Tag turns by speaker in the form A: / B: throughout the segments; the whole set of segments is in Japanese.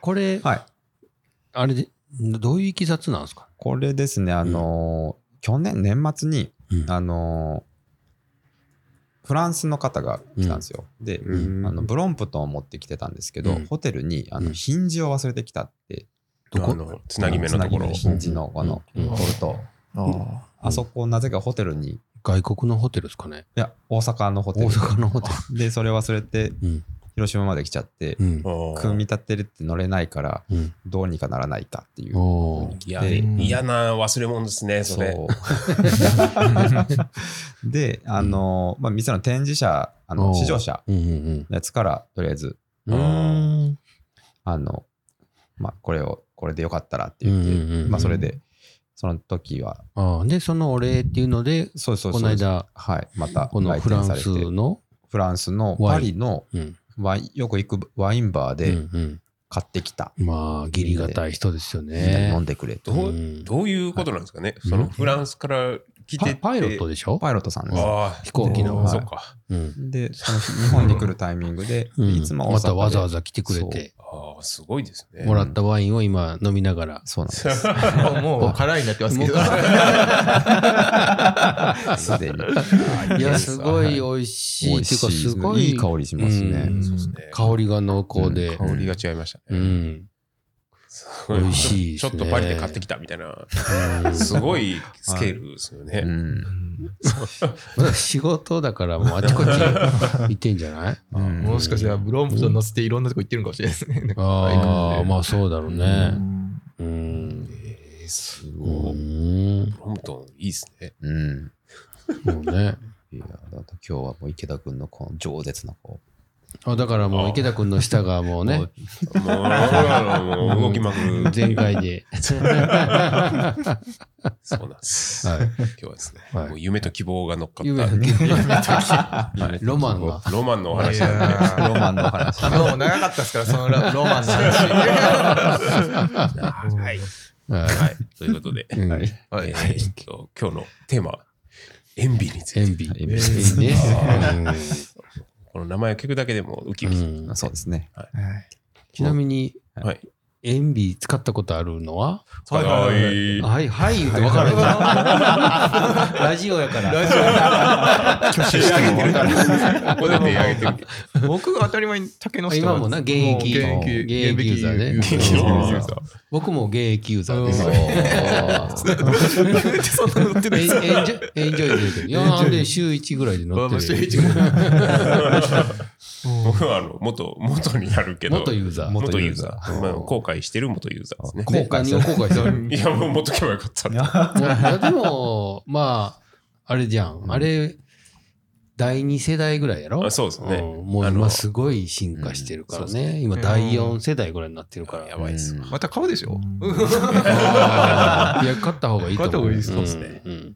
A: これ、
B: はい。
A: あれで、どういういきさつなんですか、
B: これですね、あのー去年、年末に、
A: うん
B: あのーフランスの方が来たんですよ。で、
A: うん
B: あのブロンプトンを持ってきてたんですけど、
C: うん
B: ホテルにあ
A: う
B: の
A: ん
B: ヒンジを忘れてきたって、
A: どこ
C: あのつなぎ目のと
B: つなぎ
C: ころ
B: 目のヒンジのこの
A: うんうん
B: ボルト、
D: あー
B: あそこをなぜかホテルに、い
A: 外国のホテルですかね
B: や、大阪のホテ
A: 大
B: ル
A: 阪のホテ
B: で、それ忘れて
A: ル。うん。
B: 広島まで来ちゃって、
A: うん。
B: 組み立てるって乗れないから、
A: うん。
B: どうにかならないかっていう。
A: おー
C: いや
B: で
C: 嫌な忘れ物ですねそれ
B: そう。 で、あの、まあ、店の展示車、あ
A: お
B: の
A: う
B: 試乗車
A: うんうん
B: のやつから、とりあえず、
A: うん。うん。
B: あの、まあ、これを、これでよかったらって
A: う
B: 言って、
A: ん。
B: まあ、それ。で、その時は、
A: ああ、で、そのお礼っていうので、
B: そうそうそ
A: こ
B: う。
A: の間、
B: はい、また
A: この
B: 来
A: フラ
B: 店さ
A: ン
B: れて
A: スの、
B: フランスの
A: ワイン
B: パリの
A: うん。
B: ワインよく行くワインバー
A: う
B: で
A: んうん
B: 買ってきた。
A: まあ、義理がたい人ですよ
B: みんなに
A: ね
B: 飲ん。でくれと。
C: どう
A: うん
C: どういうことなんですかね、
A: うん
C: そのフランスから来
A: パ
C: てて
A: パイロットでしょ
B: パイロットさんです。
C: ああ
A: 飛行機の。
B: はい
C: そうか
A: うん
B: で、その日日本に来るタイミングで、
A: うん
B: いつも
A: またわざわ
B: ざ。
A: ざ来てくれて、
C: ああすごいですね
A: もらったワインを今飲みながら。
B: そうなんです。
D: あもう空になってます けど。
B: すでに。
A: いや、すごい
B: は
A: 美味しい。っていうか、
B: 美味し
A: すごい
B: いい香りしますね。
A: うん
C: そうですね
A: 香りが濃厚で。
C: 香りが違いました
A: う
C: ね、
A: ん。
C: す
A: 美
C: ご
A: 味しいです
C: ちょ
A: ね
C: っとパリで買ってきたみたいなすごいスケールですよね、
B: うん
A: うん仕事だから、もうあちこち行ってんじゃない
B: うん
D: もしかしたらブロンプトン乗せていろんなとこ行ってるのかもしれないです ね。
A: ああ、まあそうだろう
D: う
A: ね。
D: ん
A: うん。
C: えーす
A: う
C: ごい、
A: ん。
C: ブロンプトンいいですね
B: うん。
A: そうね。
B: いや、だって今日はもう池田君のこの饒舌なこ
A: あだからもう池田君の舌がもうね、
C: もう俺はもう動きまくる
A: 全開で。
C: そうなんです、
A: はい
C: 今日はですね、
A: はい
C: もう夢と希望が乗っかった
A: 夢のロマンが。
C: ロマンのお話
D: い
C: だね
D: や
B: う。ロマンの話。
D: 昨日も長かったですから、そのロロマン の話。
C: はい、
A: は
C: はい、ということで、
A: いうん。
D: はい
C: えーっと今日のテーマは塩ビについて
A: 塩ビ。塩
B: え
A: ビね。
C: この名前を聞くだけでもウキ
A: う
C: ウキ、
A: んうん
B: そうですね。
A: ちなみに、
C: はい
A: 塩ビ使ったことあるのは
C: はいはい
A: は
C: はい
A: い、はい、言うて分からんな。 ラジオやから。
C: 手上げてるからここで手上げてるけど
D: 僕が当たり前に竹の下
A: 今もな現役
D: もう現
A: 現
D: 役
A: 役ユーザーね
D: 現役ユ
A: うん
D: ーザー
A: 僕も現役ユーザーです。
D: うんなんでそんなの売ってない
A: エ
D: ん
A: ン
D: ですか
A: エンジョイエンジョイで言うけどいやなんで週1ぐらいで乗ってる。
D: まあ週一ぐら
C: 僕はあの元元になるけど
A: 元ユーザー。
B: 元
C: 元ユーザ
B: 元ユーザ
C: ー
B: ー
C: まあ後悔してる元ユーザーですね
B: 後悔
A: 何を後悔する
C: いやもう元けばよかったって
A: いやでも、まあ、あれじゃん。あれ、第2世代ぐらいやろ
C: あそうですね
A: んもう
C: あの
A: 今すごい進化してるから
C: うんそう
A: ね。今
D: うん
A: 第4世代ぐらいになってるから。
C: やばいです
B: うん
D: また買うでしょ
A: あーいや、勝った方がいいと思う。
D: 買った方がいいです
C: そうですね
A: うんうん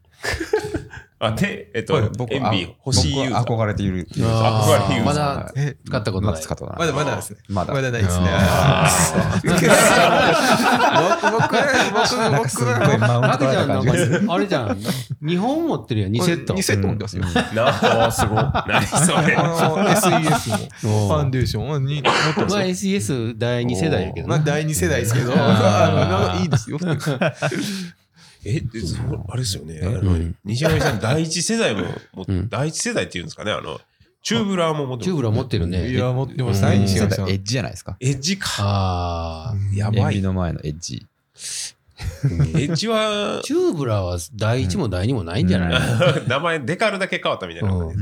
C: あでえっと
D: はい
B: 僕
C: エン
B: あ
C: ビ欲しいユーザ
B: 僕
C: ー
B: 憧れている。
A: あ
C: 憧れユ
A: ー
C: ーザ
A: ま
C: ー
A: だ
D: え
A: 使ったこと
B: ま
A: ない
B: だ。使ったことな
D: ま
B: い
D: だまだですね。
B: まだ
D: まだないですね。
A: あ
D: 僕僕僕僕
B: すごい
D: は
B: マウン
A: あ
B: ト取
A: れじ
B: られ
A: ゃん、
B: た感じがする
A: なんかあれじゃん。2本持ってるやん、2セット。
D: 2セット持ってますよ。
C: なあすごい何それ
D: あの SES も
A: おう
D: ファンデーションはに持ってます
A: まあ
D: よ。
A: SES 第2世代やけど
D: まあ
A: な。
D: 第二世代ですけど、
A: あー
D: あのいいですよ。
C: えでそあれですよねあ
A: う
C: の
A: ん
C: 西上さん第一世代もも
A: うん
C: 第一世代っていうんですかねあのチューブラーも持って
A: チューブラ持ってるね。
D: いや、持ってます。
A: うん
D: 第二
B: 世
D: 世
B: 代
D: 代さん
B: エッジじゃないですか。
C: エッジか
A: ああ。
C: や
B: エ
C: ば
B: ンビ
C: い
B: の前のエッジ。
C: エッジは
A: チューブラは第1も第2もないんじゃない、
C: 名前デカールだけ変わったみたいな感じです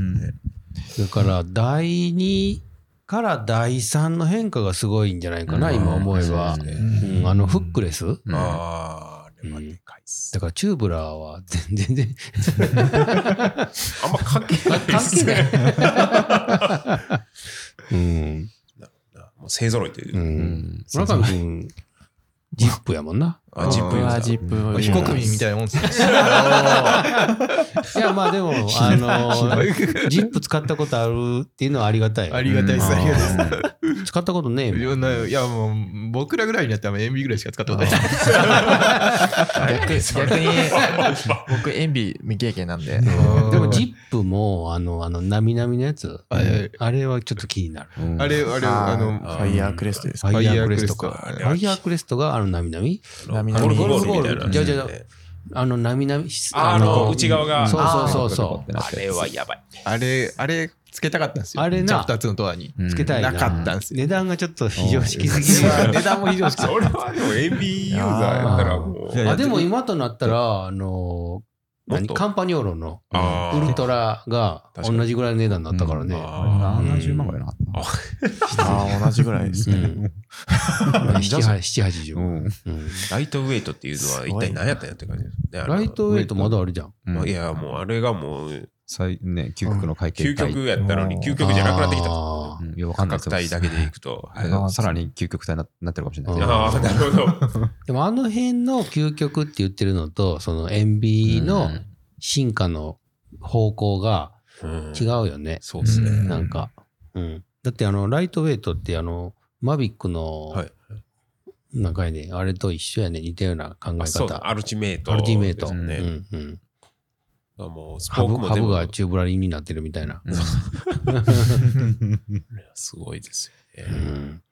C: ね
A: だから第2から第3の変化がすごいんじゃないかな、
B: うん
A: 今思え
C: そ
A: ば、
C: うです
A: う
C: ね
A: んあのフックレス、
B: うん
C: あーあれはでかいっす
A: だからチューブラーは全然全
C: あんま関係ない
A: 然
C: で
A: 関係
C: す
A: な
C: ね
A: い。うん、
C: なもう勢揃いというう。
A: ん
B: ん
A: 村上君ジップやもんな
C: あ、ジップユーザ
E: はジ
C: ー。
E: ップ。
A: 非
E: 非
A: 国
E: 国
A: 民
E: 民
A: み
E: み
A: た
E: たいなもんですね。
A: いや、まあでも、 あの、ジップ使ったことあるっていうのはありがたいよ。
E: ありがたいです、ありがたいで
A: 使ったことねえ
E: す。い
A: もん
E: やないや、もう、僕らぐらいになっては MB ぐらいしか使ったことない。
D: 逆逆に 僕塩ビ未経験なん
A: で
D: で
A: も、ジップも、あの、あの、なみなみのやつ
E: はいはい、
A: あれはちょっと気になる。
E: あれ、あれ、あ
D: フ
E: の、
D: ァイヤークレストです
A: フ
D: か
A: ァイ
E: イ
A: ヤ
E: ヤ
A: ーク
E: ーク
A: レ
E: レ
A: ス
E: ス
A: ト
E: ト
A: か
E: か。
A: ファイヤークレストがあのなみなみ
C: あの
D: 波々
C: ゴルフボ
A: ゴ
C: ールみ
A: ル
C: た
A: フボー
C: いな。
A: ルじゃあじゃあ
C: ね
A: あの、なみなみ、
C: あの内側が
A: そうそうそう
B: あー
A: そ
B: な
C: あれはやばい。
E: あれ、あれ、つけたかったんですよ。
A: あれな
E: チャプター2のドアに。
A: う。つけたいな。
E: なかったんですよ
A: 値段がちょっと非常識すぎる。
E: 値段も非常識。
C: それはでも AB ユーザーやったらも。
B: いうや
A: あでも今となったら、あの、
C: もっと
A: 何カンパニョーロの
C: あー
A: ウルトラが
C: 確かに
A: 同じぐらいの値段だったからね。
C: あー
B: 70万ぐらいなかった。
D: あー同じぐらいですね
A: 七八七八十。
B: うん
A: うん
C: ライトウェイトっていうのは一体何やったんやって感じですね。あの
A: ライトウェイトまだあるじゃん。
B: うん
C: いや、もうあれがもう
B: 最ね、究極の会見
C: 究
B: 体。
C: 極やったの
D: う
C: に、
D: ん
C: 究極じゃなくなってきた。
A: あ
B: うんいや、わか
C: 価
B: んないです
C: 格帯だけでいくと。
B: あのさらに究極体にななってるかもしれないですね。
C: ああ、なるほど。
A: ーでもあの辺の究極って言ってるのと、その塩ビの
B: うん
A: 進化の方向が
C: うん
A: 違うよね。
C: そうですね。
A: なんか。うん。だってあの、ライトウェイトってあの、マビックの
C: はい、
A: なんかやね、あれと一緒やね、似たような考え
C: あそうだ
A: 方。
C: アルティメイト。
A: アルティメイト。う
C: です
A: ん
C: ね
A: うん。
C: あもうス
A: ハ
C: ポー
A: ブ
C: クも
A: ハ
C: で
A: ブ
C: も
A: がチューブラリンになってるみたいな。
C: すごいですよ
A: う
C: ね。
A: ん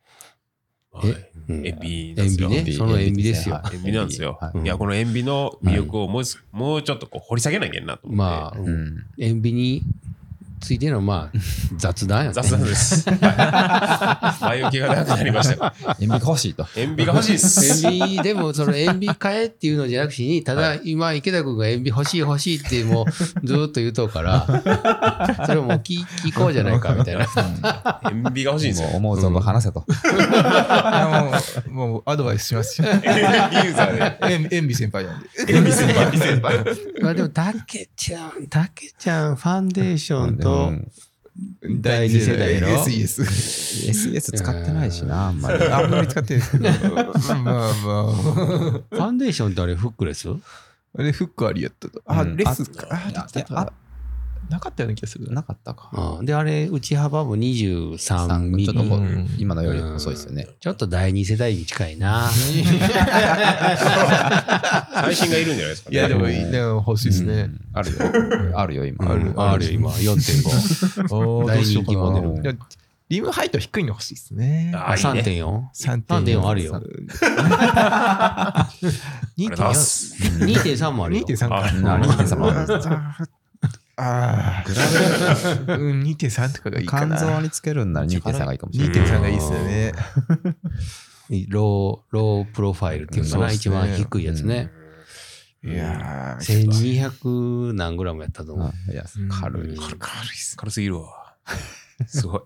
C: はい
A: うん
C: エビな
A: 塩
C: んです
A: ビ
C: よ。
A: ね、その塩ビですよ
B: は。い
C: 塩ビなんですよ
B: は。
A: い
C: いや、この塩ビの魅力をもうすもうちょっとこう掘り下げなきゃいけんなと思って。
A: まあ、
B: いうん
A: 塩ビについての まあ雑談やね。
C: 雑談で す。はい前置きが長くなりましたが。
B: 塩ビが欲しいと。
C: 塩ビが欲しいです。
A: 塩ビでもその塩ビ買えっていうのじゃなくしにただ今池田君が塩ビ欲しい欲しいってもうずーっと言うとう からそれをもう聞聞こうじゃないかみたいな
C: 塩ビが欲しいんですよ。
B: もう思う存分話せと。
E: いやもう、もうアドバイスしますし。
C: 塩ビユーザーで。
E: エンエンビ先輩なんで。
C: 塩ビ先輩。先輩。
A: まあでもたけちゃんたけちゃんファンデーション
B: う
A: と
B: ん
A: 第二世代の
E: SES。
B: SES 使ってないしな、あんまり。
E: あんまり使ってないですけど。 まあまあ。
A: ファンデーションってあれフックレス
E: あれ、フックありやったと。あ、
B: うん
E: レスか。あ、
B: あ
E: できた
B: あ
E: か。なかったような気がするな。
B: なかったか。
A: うんであれ内幅も23ミ
B: ちょっと
A: リ
B: こう
E: うん
B: 今のより遅いですよね。
A: ちょっと第二世代に近いな
C: 最新がいるんじゃないですか
E: い
C: ね。
E: や、でも、いいでも欲しいですね。
B: あるよ。あるよ、今。
A: あるよ今4.5
E: おー
A: 大人気モデ
B: ル
E: でもリムハイト低いの欲しいですね。
C: あ
A: あ
C: いいね
A: 3.4 3.4
E: 3.4
A: あるよ。
C: ありがとうございます
A: 2.3もあるよ。
E: 2.3か。
B: なるほど
E: ああ。うん、2.3とかがいいか
B: 肝
E: な。
B: 臓につけるんなら2.3がいいかもしれない。
E: 2.3がいいですよね。
A: ロー、ロープロファイルっていうのかな、
E: うん
A: 一
E: そうっすね
A: 番低いやつね。
E: いやー、
A: 1200何グラムやったと思う。
B: うんいや、軽い。
A: うん
E: 軽いっす。
C: 軽すぎるわ。すごい。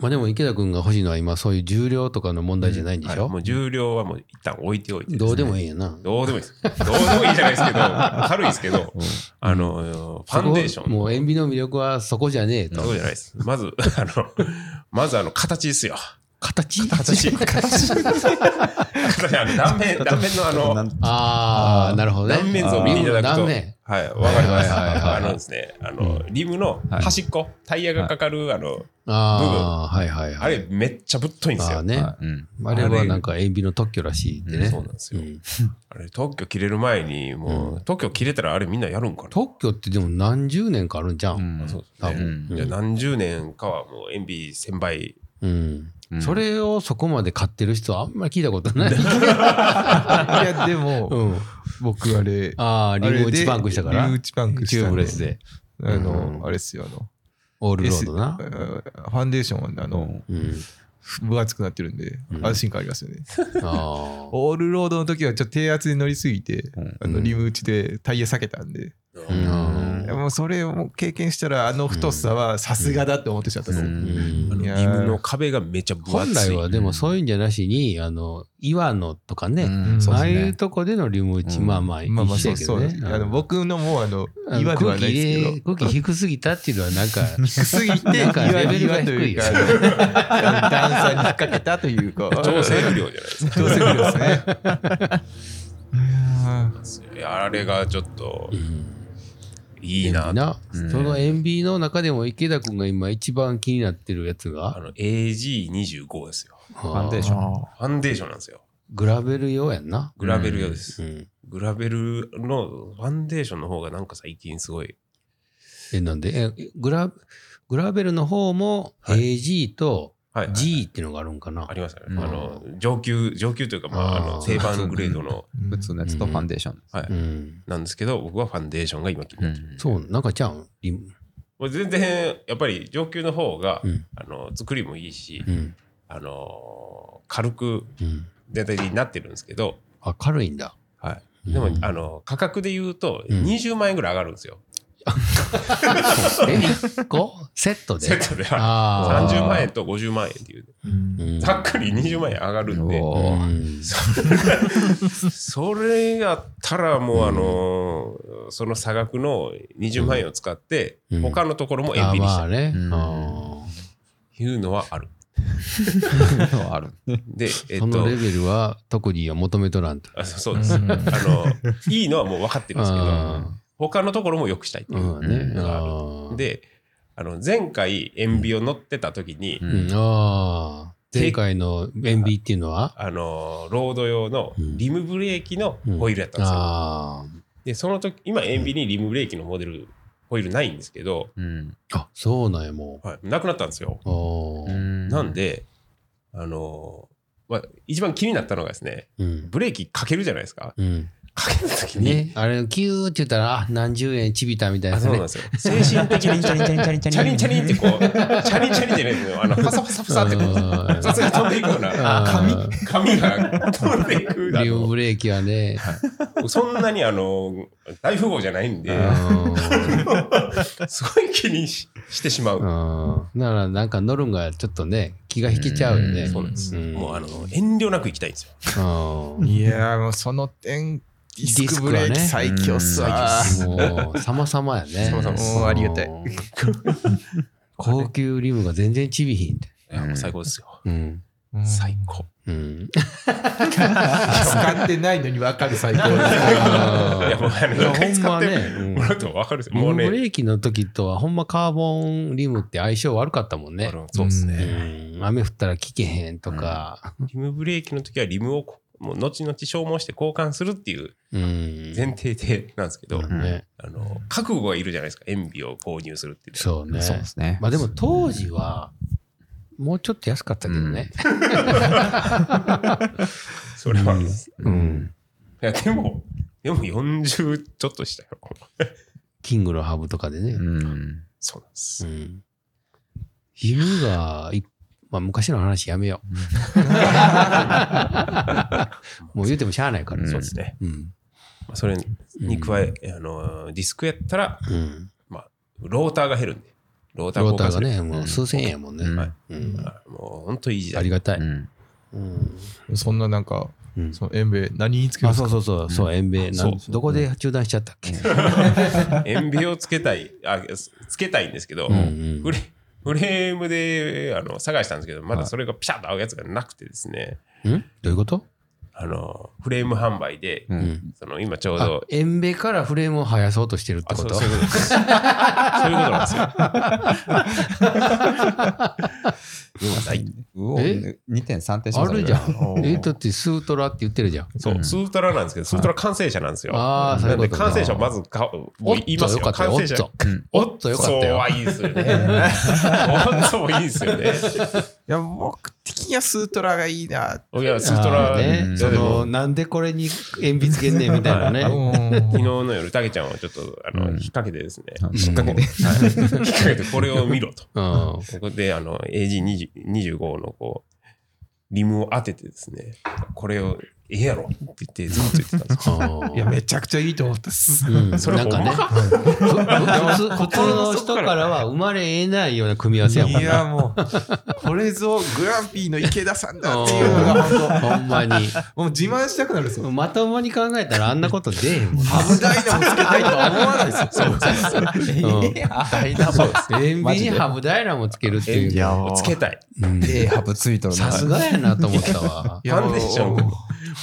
A: まあでも池田君が欲しいのは今そういう重量とかの問題じゃないんでし
C: はいも
A: ょ
C: う重量はもう一旦置いておいてすね。
A: どうでもいいんやな。
C: どうでもいいです。どうでもいいじゃないですけど、軽いですけど、あの、ファンデー
A: そ
C: ション。
A: こもう塩ビの魅力はそこじゃねえと。
C: そうじゃないです。まず、あの、まずあの、形ですよ。
A: 形
C: 形。形。あの断面、断面のあ
B: な
C: の
B: ん、
A: ああ、なるほどね。
C: 断面図を見ていただくと。
A: 断
C: はい
A: 面。、
C: わかります。
A: はいはいはいはい
C: あのですね、あの、リムの端っこ、タイヤがかかる、あの、
A: ああ、はいはいはい。
C: あれめっちゃぶっといんです
A: ああ
C: よ。
A: ね。
B: うん
A: あれはなんか塩ビの特許らしいってね
C: そう。なんです
A: う
C: よ。
A: ん
C: あれ、特許切れる前に、もう、特許切れたらあれみんなやるんかな。
A: 特許ってでも何十年かあるんじゃん。
B: うん
C: そうです
A: 多
C: ね
A: 分。
C: じゃあ何十年かはもう塩ビ1000倍
A: うん
B: うん
A: それをそこまで買ってる人はあんまり聞いたことない。
E: いや、でも、
A: うん、
E: 僕あれ、
A: ああ、リム打ちパンクしたから
E: リム。打ちパンク
A: チ
E: し
A: ュ
E: た
A: ー
E: ん
A: ブレス。で。
E: あ
A: う
E: の
A: ん、
E: あれっすよ、あの、
A: オールロードな
E: あ。ファンデーションは、あの、
A: うん。
E: 分厚くなってるんで、安心感ありますよね。
A: ああ。
E: オールロードの時はちょっと低圧で乗りすぎて
B: うん、
E: あのリム打ちでタイヤ避けたんで、
A: うんうん
E: もうそれを経験したらあの太さはさすがだって思ってちゃった、
A: うん
C: あの
E: いやー
C: リムの壁がめちゃ分
A: 本
C: 厚
A: 来
C: い。
A: はでもそういうんじゃなしに、あの、岩野とかね、
E: うんそう
A: あ
E: です
A: あ
E: ね
A: いうとこでのリム打ち、
E: うん
A: まあまあ一
E: まあまあ
A: 緒
E: そ
A: や
E: う
A: け
E: そ
A: ど
E: う
A: ね。
E: です、あの
A: うん
E: 僕のもうあの
A: あの
E: 岩ではないですけ
A: 空気入れ
E: ど
A: 空気低すぎたっていうのはなんか、
E: 低すぎて
A: なんか
E: 岩
A: レベルが
E: 岩
A: 低
E: とい
A: いうよ
E: かあの段差に引っ掛けたというか
C: 調整不良じゃないですか。
E: 調整不良です
C: い
E: ね
C: やあれがちょっといいな。
A: な、
C: うん
A: その MB の中でも池田君が今一番気になってるやつ
C: あ
A: が、
C: の AG25 ですよ。
A: フ
B: ァンデーション
C: ファンデーションなんですよ。
A: グラベル用やんな。
C: グラベル用です。
A: うん。
C: グラベルのファンデーションの方がなんか最近すごい。
A: え、なんで、え、グラ、グラベルの方も
C: はい
A: AG と
C: はい、
A: G っていうのがあるんかな。
C: ありましたね。
E: うん
C: あの上級上級というかまああ
A: あ
C: の
A: ー
C: 定番グレードの
B: 普通のやつとファンデーション。
C: はい
A: うん。
C: なんですけど僕はファンデーションが今気になってる。
A: そう、なんかちゃうん。リム
C: もう全然やっぱり上級の方が、
A: うん
C: あの作りもいいし、
A: うん。
C: あの軽く
A: うん。
C: 全体的になってるんですけど。
A: あ、軽いんだ。
C: はい
A: うん
C: でも、あの価格で言うと
A: うん
C: 20万円ぐらい上がるんですよ。
A: え、1個セットで。
C: セットでは
A: あ
C: 30万円と50万円っていう、
A: あ。うん
C: ざっくり20万円上がるんで、
B: お
A: う
B: ー
A: ん
C: それやったらもうあのーその差額の20万円を使って、
A: うん
C: 他のところも
A: あ
C: 円引にし
A: まあ
C: た
A: ね。
B: うん
A: あ
C: いうのはある。
B: ある。
C: で、え
A: ー
C: っ
A: その
C: と
A: レ、ベルは特には求めとらんと。
C: あそうそうです。あの、いいのはもう分かってるんですけど、
A: あ
C: 他のところも良くしたいって
A: ー
C: いううん
A: ね
C: のがあ
A: あ
C: る。
A: ー
C: で、あの前回、塩ビを乗ってた時に、
A: うんあー。
C: で
A: 前回の MB っていうのは
C: あのーロード用のリムブレーキのホイールやったんですよ。
A: あー
C: で、その時、今、塩ビにリムブレーキのモデル、ホイールないんですけど、
B: うん。
A: あ、そうなんや、も
C: はいなくなったんですよ。
A: う。おー
B: な
C: なんで、あのーまあ、一番気になったのがですね、
A: うん。
C: ブレーキかけるじゃないですか。
A: うん。
C: かけたときに、
A: ね、あれ、キューって言ったら、あ、何十円ちびたみたい
C: あ
A: な
C: そうなん
A: ね
C: で。すよ。精神的にチャリンチャリンチャリンチャリンチャリンってこう、チャリンチャリンってね、あの、パサパサパサってこう、
A: あ
C: さすがに飛んでいくような、
A: ー
C: 髪が飛んでいくだ
A: リム
C: ろ
A: ブレーキはね。
C: う。そんなにあの、大富豪じゃないんで、
A: うん
C: すごい気にししてしまう。
A: うんなら、なんか乗るんがちょっとね、気が引けちゃうよね。
C: そうなんです。
A: うん
C: もうあの、遠慮なく行きたいんですよ。
A: うん
E: いやーもうその点ディ
A: ィ
E: ス
A: ス
E: ク
A: クは
E: ブ
A: ね
E: レーキ最強っすわ
A: もう、様々やね。
C: 様々です
E: もうありがたい
A: うん。高級リムが全然ちびひんって。
C: いやもう最高ですよ。
A: うん。
E: うん
C: 最高。
A: うん。
E: 使ってないのに分かる最高
C: いや、もうあの、
A: いや
C: 一回使っ
A: ほ
C: て
A: んまねうん
C: もらうと分かるんですよ。
A: リ
C: も
A: ム
C: う
A: ブ
C: ね、
A: レーキの時とは、ほんまカーボンリムって相性悪かったもんね
C: あ。のそうですね。
A: うん雨降ったら効けへんとか。
C: リムブレーキの時はリムをこもう後々消耗して交換するっていう
A: うん。
C: 前提でなんですけど、
A: ね。
C: あの覚悟がいるじゃないですか塩ビを購入するっていう
A: そうね。
B: そうですね。
A: まあでも当時は、もうちょっと安かったけどね。
C: それは、い
A: うん。
C: やでもでも40ちょっとしたよ
A: キングのハブとかでね。
B: うん。
C: そうなんです、
A: うん。犬がい、まあ昔の話やめよ う。もう言うてもしゃあないから。
B: うん
C: そうですね、
A: うん。
C: まあ、それに加え、あのディスクやったら、
A: うん。
C: まあ、ローターが減るんでローター
A: ロー
C: 交
A: ター
C: 換す
A: が
C: る
A: ね、もう数千円やもんね。
B: うん
C: はい
A: うん。
C: あもう本当いい時
A: あ
C: 代
A: りがたい。
B: ん。
A: うん。
E: そんななんか
A: うん
E: その塩米何につけるん
A: あ、
E: です
A: そ
E: か
A: うそうそう、そう、延米。な
C: そ
A: ん
C: う
A: どこで中断しちゃったっけ
C: 塩ビをつけたいあつつけたいんですけど、
A: うんうん
C: フレフレームであの探したんですけどまだそれがピシャッと合うやつがなくてですね
A: んどういうこと
C: あのフレーム販売で、
B: うん
C: その今ちょう
A: あ
C: ど、
A: 延米からフレームを生やそうとしてるって
C: あ
A: こ
C: そう
A: と
C: そういうこと ですそういうことなんですよ。
B: うお
A: え
B: 2点3点し
A: あ
B: ますね
A: るじゃん。 え、だってスートラって言ってるじゃん。
C: そう、スートラなんですけど、スートラ完成者なんですよ。
A: ああ、そうい
C: な
A: うんこ
C: で
A: と
C: 完成者を
A: ま
C: まず買う
A: おっ
C: 言いま
A: と、
C: す
A: よ
C: よ。
A: かったよ。
C: 完
A: おっ
C: 成者
A: と。おっと、よかった
C: そう
A: よ
C: は。いいですよね。 おっともいいですよね。
E: いや僕的にはスートラがいいない
C: や、スート
A: あー
C: ラ、
B: う
A: ね。
B: ん
A: その、なんでこれに鉛筆つけんねんみたいなね。
C: 昨日の夜、たけちゃんはちょっとあの、
B: うん
C: 引っ掛けてですね。
B: あ引っ掛けて。
C: はい引っ掛けて、これを見ろと。
A: うん。
C: ここで、あの、AG25 のこう、リムを当ててですね、これをええやろって言ってずっと言ってたんですよ
A: い
E: いや、めちゃくちゃいいと思ったっす。
A: うん、
C: それ
A: なんかね、
C: ほんま
A: ふふ普通 普通の人からは生まれ得ないような組み合わせやもん
E: いや、
A: な。
E: もう、これぞグランピーの池田さんだ
A: う
E: っ
A: ん
E: ていうのが、本
A: ほんまに。
E: 当もう自慢したくなるんですよ。
A: まともに考えたらあんなこと出えへん もんな。
E: 危ないなもつけたいとは思わないです
A: う
E: よ。
A: ん
F: ダイナモ
A: 塩ビにハブダイラもつけるって
C: 塩
A: い。
F: いうや
C: をつけたい
A: うん
B: えハブついとる
A: さす
B: が。
A: がやなと思ったわ。
C: ファンデーションフ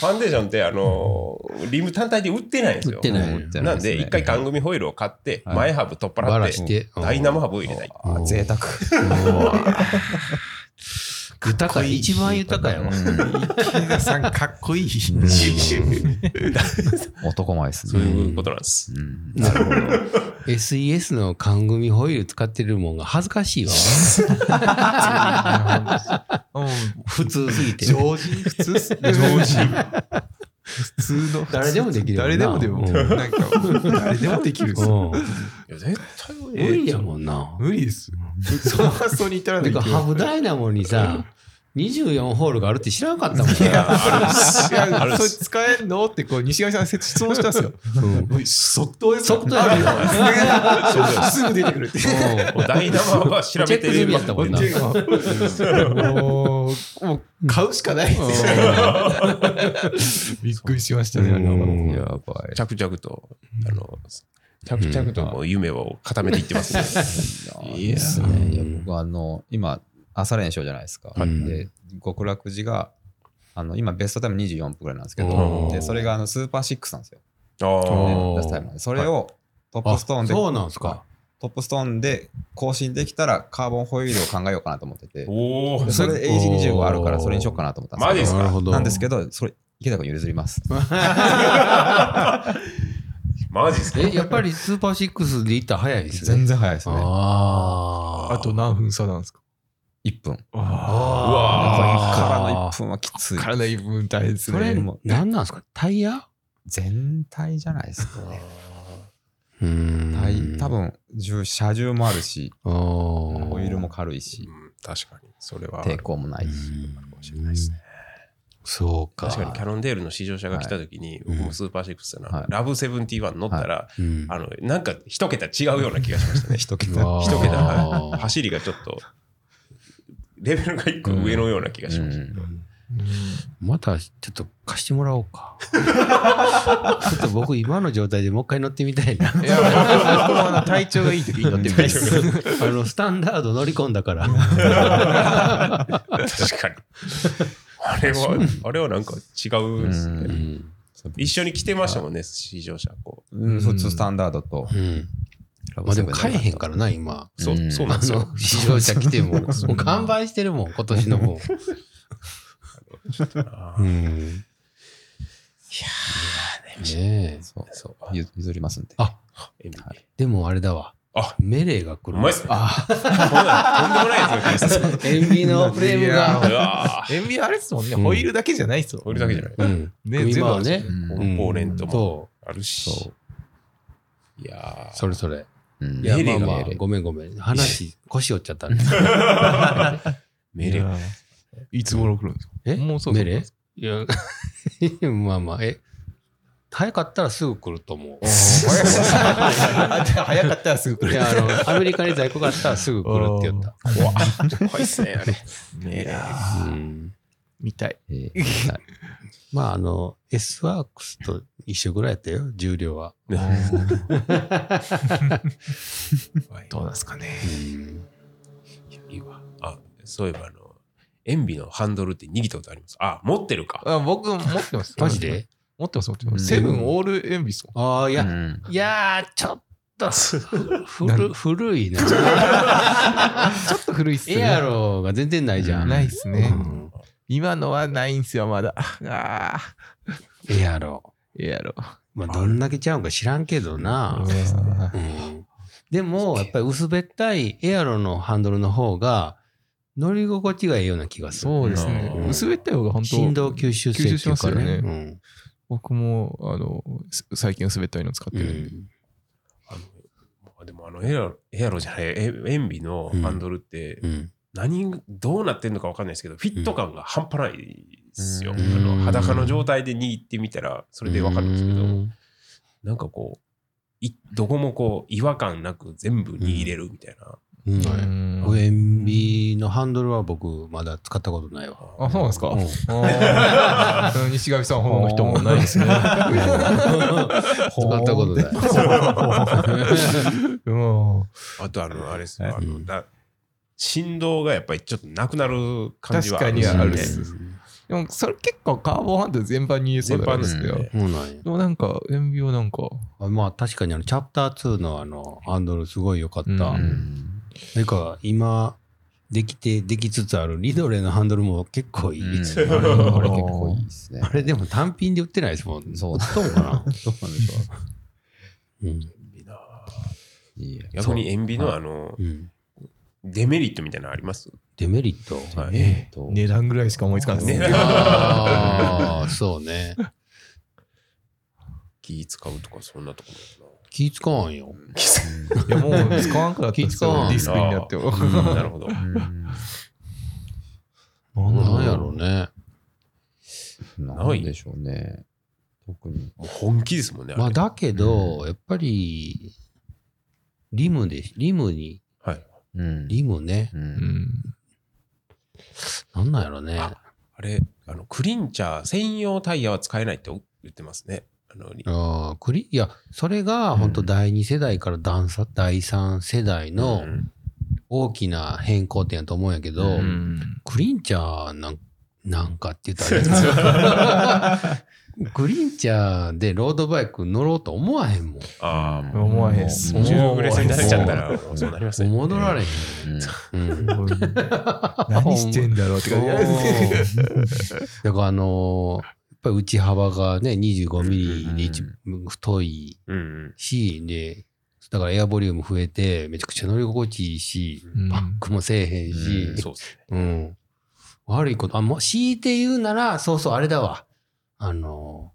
C: ァンデーションってあのリム単体で売ってないんですよ
A: 売ってない
B: うん
C: なんで一回缶組ホイールを買って
B: はい
C: 前ハブ取っ
A: バ
C: 払
A: ラ
C: っ
A: してて。
C: ダイナモハブを入れない
B: あー贅沢。
A: 豊か、一番豊かやわ。
E: 池田さん、かっこいい。
B: 男前です
C: そう
B: ね。
C: いうことなんです
B: うん
A: なるほど。SES の缶組ホイール使ってるもんが恥ずかしいわ。普通すぎて。
E: 常人普通 っす常人。普通の。
A: 誰でもできるよな
E: 誰でもでも。
A: うん
E: なんか、誰でもできるっす。
A: うん
C: いや絶対
A: 無理やもんな。
E: 無理ですよ。その発想に至らな
A: て
E: い
A: か、
E: けど。
A: ハブダイナモにさ、24ホールがあるって知らなかったもん
C: いや
A: ね。
E: い
C: あるある
E: や、それ使えんのってこう西上さん質問した んですよ。
A: うん
E: もう 即答ですよ。
A: 即答やるよ
E: あるよすぐ出てくるって。
C: ダイナモハブは調べ
A: チェ
C: て
A: ック済み
C: み
A: や
C: ま
A: っ
C: す
A: たもんな。
E: もう、もう買うしかないですよ。びっくりしましたね。あ
A: う
E: の
A: ん
B: やばい。
C: 着々とあの着々ともう夢を固めていって ますねいや
B: ですね。いや僕あの今朝練習じゃないですか。
A: うん
B: で極楽寺があの今ベストタイム24分ぐらいなんですけ
A: お
B: ど、
A: ー
B: でそれがあのスーパーシックスなんですよ。
C: あー
A: おー
B: 出すタイムなんでそれをトッ
A: あ
B: プストーンで
A: そうなんすか。
B: トップストーンで更新できたらカーボンホイールを考えようかなと思ってて、
C: おお
B: それで AG25 あるから
A: おー
B: それにしようかなと思ったん
C: マジ
B: で
C: ですす
A: なる
C: か
A: ほ
B: け
A: ど。
B: ど、なんですけど、それ池田君譲ります。
C: マジですか
A: え、やっぱりスーパーシックスで行ったら早いですね。
B: 全然早いですね。
A: ああ。
E: あと何分差なんですか
B: 1分。
E: あ
B: からの
A: あ
B: 1分はきつい。
E: あ体一分大変です
A: それ
E: ね。
A: も何なんですかタイヤ
B: 全体じゃないですかね。
A: う
B: 体
A: ん
B: 多分重車重もあるし、
A: オ
B: ホイールも軽いし、
C: うん確かにそれはある
B: 抵抗もないし。
C: かもしれないですね
A: そうか
C: 確かにキャノンデールの試乗車が来た時に、
A: うん
C: 僕もスーパーシックスだな、
B: はい
C: ラブセブンティワン乗ったら、
A: うん
C: あのなんか一桁違うような気がしましたね一
A: うわー
C: 一桁はい走りがちょっとレベルが一個上のような気がしました、
B: うん
A: またちょっと貸してもらおうかちょっと僕今の状態でもう一回乗ってみたいな
E: いや、僕はあの体調がいい時に乗ってみたいです。
A: あのスタンダード乗り込んだから
C: 確かにあれはあれはなんか違うですね、
A: うん
C: 一緒に来てましたもんね試乗車こ
B: うん、普通スタンダードと。
A: うんまあでも買えへんからな今
C: うそう
B: うん
C: そうな
A: あ
C: んですよ
A: の試乗車来てももう完売してるもん今年のも
C: あ
A: う
C: ー
A: んねえ
B: そう
C: そう
B: ゆ譲りますんで。
A: あ
C: エミリー
A: でもあれだわ
C: あ
A: メレーが来
C: う
A: る
C: まいっすねとんでもないとんでもないやつが来ました
A: 塩ビのフレームが
C: うわー
E: 塩ビあれですもんね。
A: うん
E: ホイールだけじゃないですよ
C: こ。れだけじゃない、
A: うん
E: ね
A: 今はね
E: 全部
B: うん
C: コンポーネントも
A: そ
C: あるし、いや
A: う
C: ー
A: それそれ
B: うん
A: いや
C: メレ
A: まあ
C: ーが
A: まあ
B: メレー
A: ごめんごめん 話腰折っちゃったね
C: 命令
E: いやいつ頃来るんですか
A: え
E: もうそろそ
A: メ
E: ろ
A: レーいや まあまあえ早かったらすぐ来ると思う
E: あじゃあ早かったらすぐ来
A: い
E: る。
A: やあのアメリカに在庫があったらすぐ来るって言った
C: 怖っ怖いっすねあれ
E: ね
A: うん
E: みたい。
B: えーはい
A: まああの S ワークスと一緒ぐらいやったよ重量は
E: どうなんですかね。
C: いいわあそういえばあの塩ビのハンドルって握ったことありますあ持ってるか
E: あ僕持ってます。
A: マジで
E: 持ってます、持ってま
B: うん
E: す。セブンオールエンビスも。
A: ああいや
B: うん
A: いやー、ちょっとふ、古 古いな。
E: ちょっと古いっすね。
A: エアロが全然ないじゃん。
E: ないっすね
A: う。ん
E: 今のはないんすよ、まだ。ああ、
A: エアロ。
E: エアロ。
A: まあ、どんだけちゃうんか知らんけどな。うんでも、やっぱり薄べったいエアロのハンドルの方が、乗り心地がいいような気がする。
E: そうですね
C: うん。
E: 薄べった方が本当
A: 振動吸収性っていうかね。
E: 吸収しますよ僕も、あの、す最近薄べったいの使って
A: うん
E: るんで。
C: あのでもあのエアロエアロじゃないえ塩ビのハンドルって
A: うんうん
C: 何どうなってんのか分かんないですけどフィット感が半端ないですよ、
B: うん
C: あの裸の状態で握ってみたらそれで分かるんですけどなんかこういどこもこう違和感なく全部握れるみたいな、
A: うん
D: はい
E: ん
A: 僕塩ビのハンドルは僕まだ使ったことないわ。
D: あ、そうなんですか。
A: うん
D: あー 西上さんほどの人もないですね。
A: 使ったことない。
D: うん。
C: あとあのあれですね、
D: はい
C: あのだ振動がやっぱりちょっとなくなる感じは
D: 確かに
C: あ
D: は
C: る
D: あ
C: ん
D: る
C: で
D: っすでもそれ結構カーボンハンド全般に言えそ
C: 全
D: うな
C: 般
D: ん
C: で
D: です
C: す
D: けど。
C: ね
A: そうなんや
D: でもなんか、塩ビはなんか、
A: あまあ確かにあのチャプター2のあのハンドルすごい良かった。
D: うん
E: うん
A: なんか今できてできつつあるリドレのハンドルも結構いい。
E: う
A: あ
E: ん
A: れあれ
B: これ結構いいですね。
A: あれでも単品で売ってないですもん。
B: そう
A: 売ったもんかな。
B: どうなんでしょ
A: うん
B: う。いいえ
C: 逆に塩ビのあの
A: うん
C: デメリットみたいなのあります
A: デメリット。
C: はい
B: えっと、
D: 値段ぐらいしか思いつかないです
C: 値
D: ね。
C: 段
A: ああ、そうね。
C: 気使うとかそんなところ
A: 気使わんよ。
D: いやもう使わんからったんです
A: 気
D: よ
A: 使わんな
D: ディスクになっても。
C: かななるほど
B: うん
A: なんやろうね。
B: なんでしょうね。特に。
C: もう本気ですもんねあれ
A: まあだけど、やっぱり、リムで、リムに、
C: はい、
B: うん
A: リムね。
B: う
D: うんん。
A: なんなんやろね。
C: ああれあのクリンチャー専用タイヤは使えないって言ってますねあの
A: ああ、クリ、いや、それが本当第2世代から段差第3世代の
C: うん
A: 大きな変更点やと思うんやけど、
E: うん
A: クリンチャーなんなんかって言った らあれ クリンチャーでロードバイク乗ろうと思わへんもん。
C: ああ
D: 思わへんっす。
C: もう10ぐらいになれちゃった
D: も
C: らもうそうなりますね
A: 戻られへん。うん
D: う。何してんだろうって感じ。
A: だからあのーやっぱり内幅がね、25ミリで一太い
C: うんうん
A: し、で、だからエアボリューム増えて、めちゃくちゃ乗り心地いいし、
D: うん
A: バックもせえへん
B: う
A: し、
C: そうですね
A: うん。悪いこと、あ、もう、強いて言うなら、そうそう、あれだわ。あの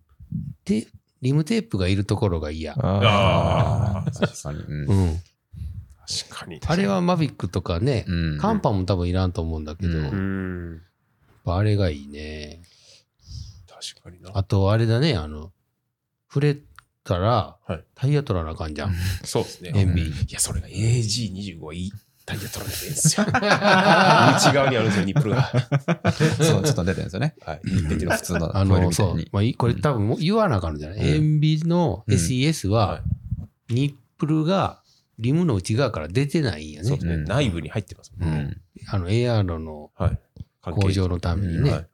A: ー、で、リムテープがいるところが嫌。
D: あ
C: あ
D: ー
C: あ
B: 確かに。う
A: うんん。
C: 確かに
A: あれはマビックとかね、
B: うん
A: カンパも多分いらんと思うんだけど、
B: うん
A: や
C: う
A: っ
C: ん
A: ぱあれがいいね。
C: 確かにな
A: あと、あれだね、あの、触れたら
C: はい、
A: タイヤ取らなあかんじゃん。
C: そうですね
A: 塩ビ。
C: いや、それが AG25 いいタイヤ取られてるんですよ。 内側にあるんですよ、ニップルが。
B: そう、ちょっと出てるんですよね。
C: はい。
B: 出てる普通の
A: あ
B: トイレ
A: の、
B: みた
A: そ
B: いうに。。
A: まあ、いこれ多分もう言わなあかんのじゃない、
B: うん
A: 塩ビの
B: うん
A: SES
C: は
A: は、ニップルがリムの内側から出てないんや
C: い、そう
A: ね
C: で。すね、
B: うん
C: 内部に入ってますも
B: うん
C: ね。
B: ん。
A: あの、AR の
C: はい。関係
A: 向上のためにね。
C: はい
A: うん